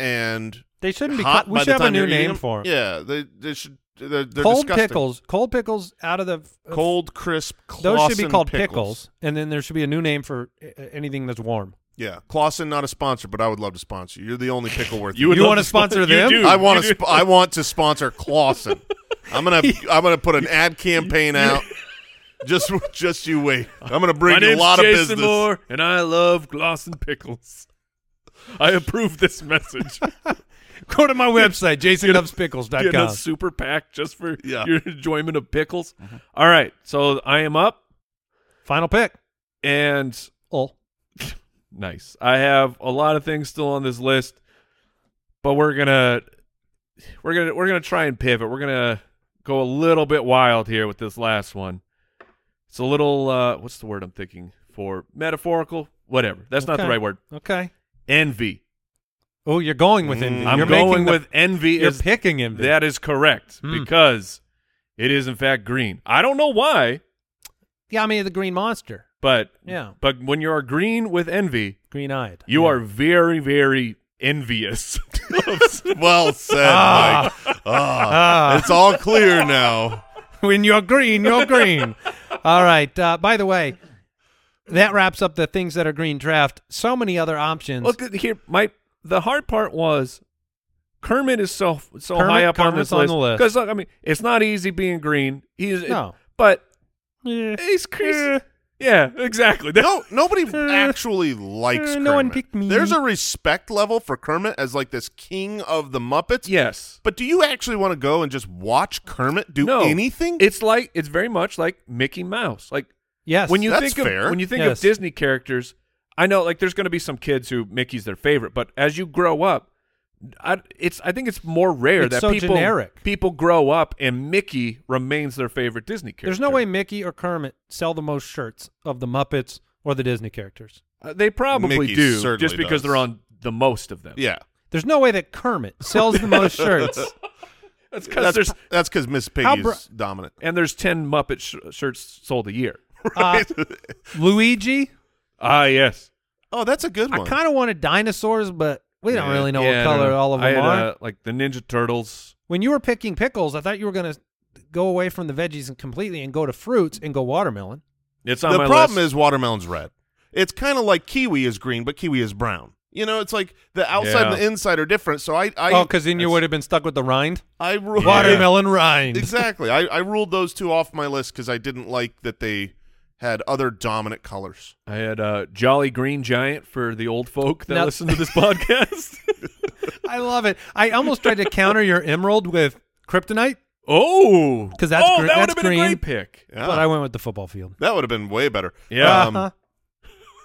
[SPEAKER 4] and
[SPEAKER 3] They shouldn't be.
[SPEAKER 4] hot.
[SPEAKER 3] co- we
[SPEAKER 4] by
[SPEAKER 3] should
[SPEAKER 4] the
[SPEAKER 3] have a
[SPEAKER 4] time
[SPEAKER 3] new
[SPEAKER 4] you're eating
[SPEAKER 3] name
[SPEAKER 4] them.
[SPEAKER 3] for 'em.
[SPEAKER 4] Yeah, they they should. They're, they're
[SPEAKER 3] cold
[SPEAKER 4] disgusting.
[SPEAKER 3] pickles. Cold pickles out of the uh,
[SPEAKER 4] cold crisp.
[SPEAKER 3] Those should be
[SPEAKER 4] Claussen
[SPEAKER 3] called pickles. and then there should be a new name for uh, anything that's warm.
[SPEAKER 4] Yeah, Clausen not a sponsor, but I would love to sponsor you. You're the only pickle
[SPEAKER 3] would
[SPEAKER 4] worth. it.
[SPEAKER 3] You love wanna to sponsor sponsor- them?
[SPEAKER 2] You do.
[SPEAKER 4] I want
[SPEAKER 2] You
[SPEAKER 4] to.
[SPEAKER 2] do.
[SPEAKER 4] Sp- I want to sponsor Clausen. I'm gonna. I'm gonna put an ad campaign out. Just, just you wait. I'm
[SPEAKER 2] My
[SPEAKER 4] gonna bring you a
[SPEAKER 2] name's
[SPEAKER 4] lot
[SPEAKER 2] Jason
[SPEAKER 4] of business.
[SPEAKER 2] Moore, and I love Glossin pickles. I approve this message.
[SPEAKER 3] Go to my website,
[SPEAKER 2] Get a
[SPEAKER 3] jasonlovespickles.com.
[SPEAKER 2] super pack just for
[SPEAKER 4] Yeah. Mm-hmm.
[SPEAKER 2] your enjoyment of pickles. All right, so I am up,
[SPEAKER 3] Final pick.
[SPEAKER 2] and
[SPEAKER 3] Oh,
[SPEAKER 2] Nice. I have a lot of things still on this list, but we're gonna we're gonna we're gonna try and pivot. We're gonna go a little bit wild here with this last one. It's a little uh what's the word I'm thinking for metaphorical? Whatever. That's not the
[SPEAKER 3] Okay.
[SPEAKER 2] right word.
[SPEAKER 3] okay.
[SPEAKER 2] Envy.
[SPEAKER 3] Oh, you're going with envy.
[SPEAKER 2] Mm, I'm
[SPEAKER 3] you're
[SPEAKER 2] going
[SPEAKER 3] making the-
[SPEAKER 2] with envy
[SPEAKER 3] You're
[SPEAKER 2] is
[SPEAKER 3] picking envy.
[SPEAKER 2] that is correct
[SPEAKER 3] Hmm.
[SPEAKER 2] because it is in fact green. I don't know why,
[SPEAKER 3] yeah, I mean the green monster,
[SPEAKER 2] but
[SPEAKER 3] Yeah.
[SPEAKER 2] but when you are green with envy,
[SPEAKER 3] green eyed.
[SPEAKER 2] you are very very envious.
[SPEAKER 4] Well said,
[SPEAKER 3] Ah.
[SPEAKER 4] Mike. Ah, It's all clear now.
[SPEAKER 3] when you're green, you're green. All right. Uh, by the way, that wraps up the things that are green draft. So many other options.
[SPEAKER 2] Look at here. My the hard part was Kermit is so so
[SPEAKER 3] Kermit-
[SPEAKER 2] high up
[SPEAKER 3] Kermit's
[SPEAKER 2] on
[SPEAKER 3] on
[SPEAKER 2] this list
[SPEAKER 3] the list.
[SPEAKER 2] because look, I mean, it's not easy being green. He's
[SPEAKER 3] No.
[SPEAKER 2] but
[SPEAKER 3] Eh,
[SPEAKER 2] he's crazy. Yeah, exactly. That-
[SPEAKER 4] No, nobody actually likes
[SPEAKER 3] uh,
[SPEAKER 4] Kermit.
[SPEAKER 3] no one picked me.
[SPEAKER 4] There's a respect level for Kermit as like this king of the Muppets.
[SPEAKER 2] Yes.
[SPEAKER 4] But do you actually want to go and just watch Kermit do
[SPEAKER 2] no.
[SPEAKER 4] anything?
[SPEAKER 2] It's like it's very much like Mickey Mouse. Like
[SPEAKER 3] yes.
[SPEAKER 2] when you
[SPEAKER 4] that's
[SPEAKER 2] think
[SPEAKER 4] fair.
[SPEAKER 2] of when you think
[SPEAKER 3] Yes.
[SPEAKER 2] of Disney characters, I know like there's going to be some kids who Mickey's their favorite, but as you grow up, I it's I think it's more rare
[SPEAKER 3] It's
[SPEAKER 2] that
[SPEAKER 3] so
[SPEAKER 2] people
[SPEAKER 3] generic.
[SPEAKER 2] people grow up and Mickey remains their favorite Disney character.
[SPEAKER 3] There's no way Mickey or Kermit sell the most shirts of the Muppets or the Disney characters.
[SPEAKER 2] Uh, they probably
[SPEAKER 4] Mickey
[SPEAKER 2] do,
[SPEAKER 4] certainly
[SPEAKER 2] just because
[SPEAKER 4] does.
[SPEAKER 2] they're on the most of them.
[SPEAKER 4] yeah.
[SPEAKER 3] There's no way that Kermit sells the most shirts.
[SPEAKER 2] that's because
[SPEAKER 4] That's
[SPEAKER 2] there's
[SPEAKER 4] that's because Miss
[SPEAKER 3] How
[SPEAKER 4] Piggy's
[SPEAKER 3] br-
[SPEAKER 4] dominant.
[SPEAKER 2] and there's ten Muppet sh- shirts sold a year.
[SPEAKER 3] Uh, Luigi,
[SPEAKER 2] Ah, yes.
[SPEAKER 4] Oh, that's a good
[SPEAKER 3] I
[SPEAKER 4] one.
[SPEAKER 3] kind of wanted dinosaurs, but we don't
[SPEAKER 4] Yeah.
[SPEAKER 3] really know
[SPEAKER 2] Yeah, I
[SPEAKER 3] what
[SPEAKER 2] don't
[SPEAKER 3] color
[SPEAKER 2] know.
[SPEAKER 3] all of
[SPEAKER 2] I
[SPEAKER 3] them
[SPEAKER 2] had,
[SPEAKER 3] are.
[SPEAKER 2] uh, like the Ninja Turtles.
[SPEAKER 3] when you were picking pickles, I thought you were going to go away from the veggies and completely and go to fruits and go watermelon.
[SPEAKER 2] It's on
[SPEAKER 4] the
[SPEAKER 2] my
[SPEAKER 4] problem
[SPEAKER 2] list.
[SPEAKER 4] is watermelon's red. It's kind of like kiwi is green, but kiwi is brown. You know, it's like the outside and
[SPEAKER 2] Yeah.
[SPEAKER 4] the inside are different. So I, I,
[SPEAKER 3] oh, because then you would have been stuck with the rind.
[SPEAKER 4] I rule
[SPEAKER 3] Watermelon rind.
[SPEAKER 4] exactly. I, I ruled those two off my list because I didn't like that they had other dominant colors.
[SPEAKER 2] I had uh, Jolly Green Giant for the old folk that
[SPEAKER 3] Now-
[SPEAKER 2] listen to this podcast.
[SPEAKER 3] I love it. I almost tried to counter your emerald with kryptonite,
[SPEAKER 2] oh,
[SPEAKER 3] 'Cause that's
[SPEAKER 2] oh,
[SPEAKER 3] gre-
[SPEAKER 2] that would
[SPEAKER 3] that's
[SPEAKER 2] have been a great
[SPEAKER 3] green.
[SPEAKER 2] pick.
[SPEAKER 4] Yeah,
[SPEAKER 3] but I went with the football field. Uh-huh.
[SPEAKER 4] that would have been way better.
[SPEAKER 2] Yeah.
[SPEAKER 4] Ah.
[SPEAKER 2] Uh-huh.
[SPEAKER 4] um,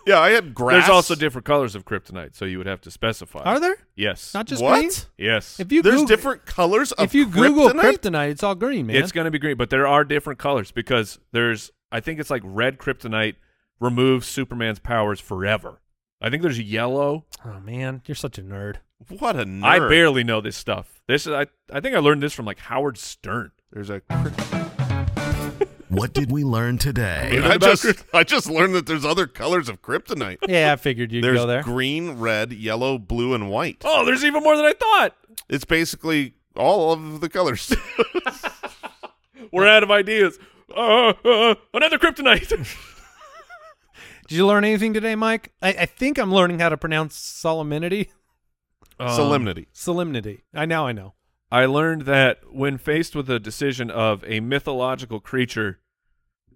[SPEAKER 4] yeah. I had grass.
[SPEAKER 2] There's also different colors of kryptonite, so you would have to specify.
[SPEAKER 3] Are there?
[SPEAKER 2] Yes.
[SPEAKER 3] Not just
[SPEAKER 4] What?
[SPEAKER 3] green?
[SPEAKER 2] yes.
[SPEAKER 3] If you
[SPEAKER 4] There's
[SPEAKER 3] Goog-
[SPEAKER 4] different colors of
[SPEAKER 3] if you Google
[SPEAKER 4] kryptonite?
[SPEAKER 3] kryptonite, it's all green, man.
[SPEAKER 2] It's going to be green, but there are different colors because there's I think it's like red kryptonite removes Superman's powers forever. I think there's yellow.
[SPEAKER 3] Oh man, you're such a nerd.
[SPEAKER 4] What a nerd.
[SPEAKER 2] I barely know this stuff. This is I, I think I learned this from like Howard Stern.
[SPEAKER 4] There's a. I
[SPEAKER 1] What did we learn today?
[SPEAKER 2] Nothing about
[SPEAKER 4] just
[SPEAKER 2] krypt-
[SPEAKER 4] I just learned that there's other colors of kryptonite.
[SPEAKER 3] Yeah, I figured you'd
[SPEAKER 4] There's
[SPEAKER 3] go there.
[SPEAKER 4] green, red, yellow, blue, and white.
[SPEAKER 2] Oh, there's even more than I thought.
[SPEAKER 4] It's basically all of the colors.
[SPEAKER 2] We're out of ideas. Uh, uh, another kryptonite.
[SPEAKER 3] Did you learn anything today, Mike? I, I think I'm learning how to pronounce solemnity.
[SPEAKER 2] Um,
[SPEAKER 4] Solemnity.
[SPEAKER 3] Solemnity. I now I know.
[SPEAKER 2] I learned that when faced with a decision of a mythological creature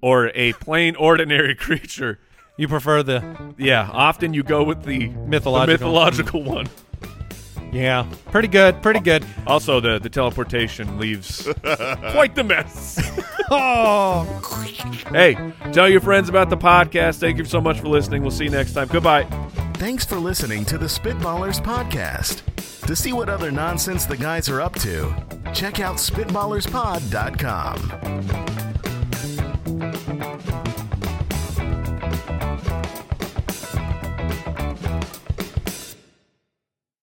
[SPEAKER 2] or a plain ordinary creature,
[SPEAKER 3] You prefer the
[SPEAKER 2] yeah, often you go with the
[SPEAKER 3] Mythological.
[SPEAKER 2] the mythological one.
[SPEAKER 3] yeah. Pretty good. Pretty good.
[SPEAKER 2] Also, the the teleportation leaves quite the mess.
[SPEAKER 3] Oh,
[SPEAKER 2] hey, tell your friends about the podcast. Thank you so much for listening. We'll see you next time. Goodbye.
[SPEAKER 1] Thanks for listening to the Spitballers Podcast. To see what other nonsense the guys are up to, check out SpitballersPod.com.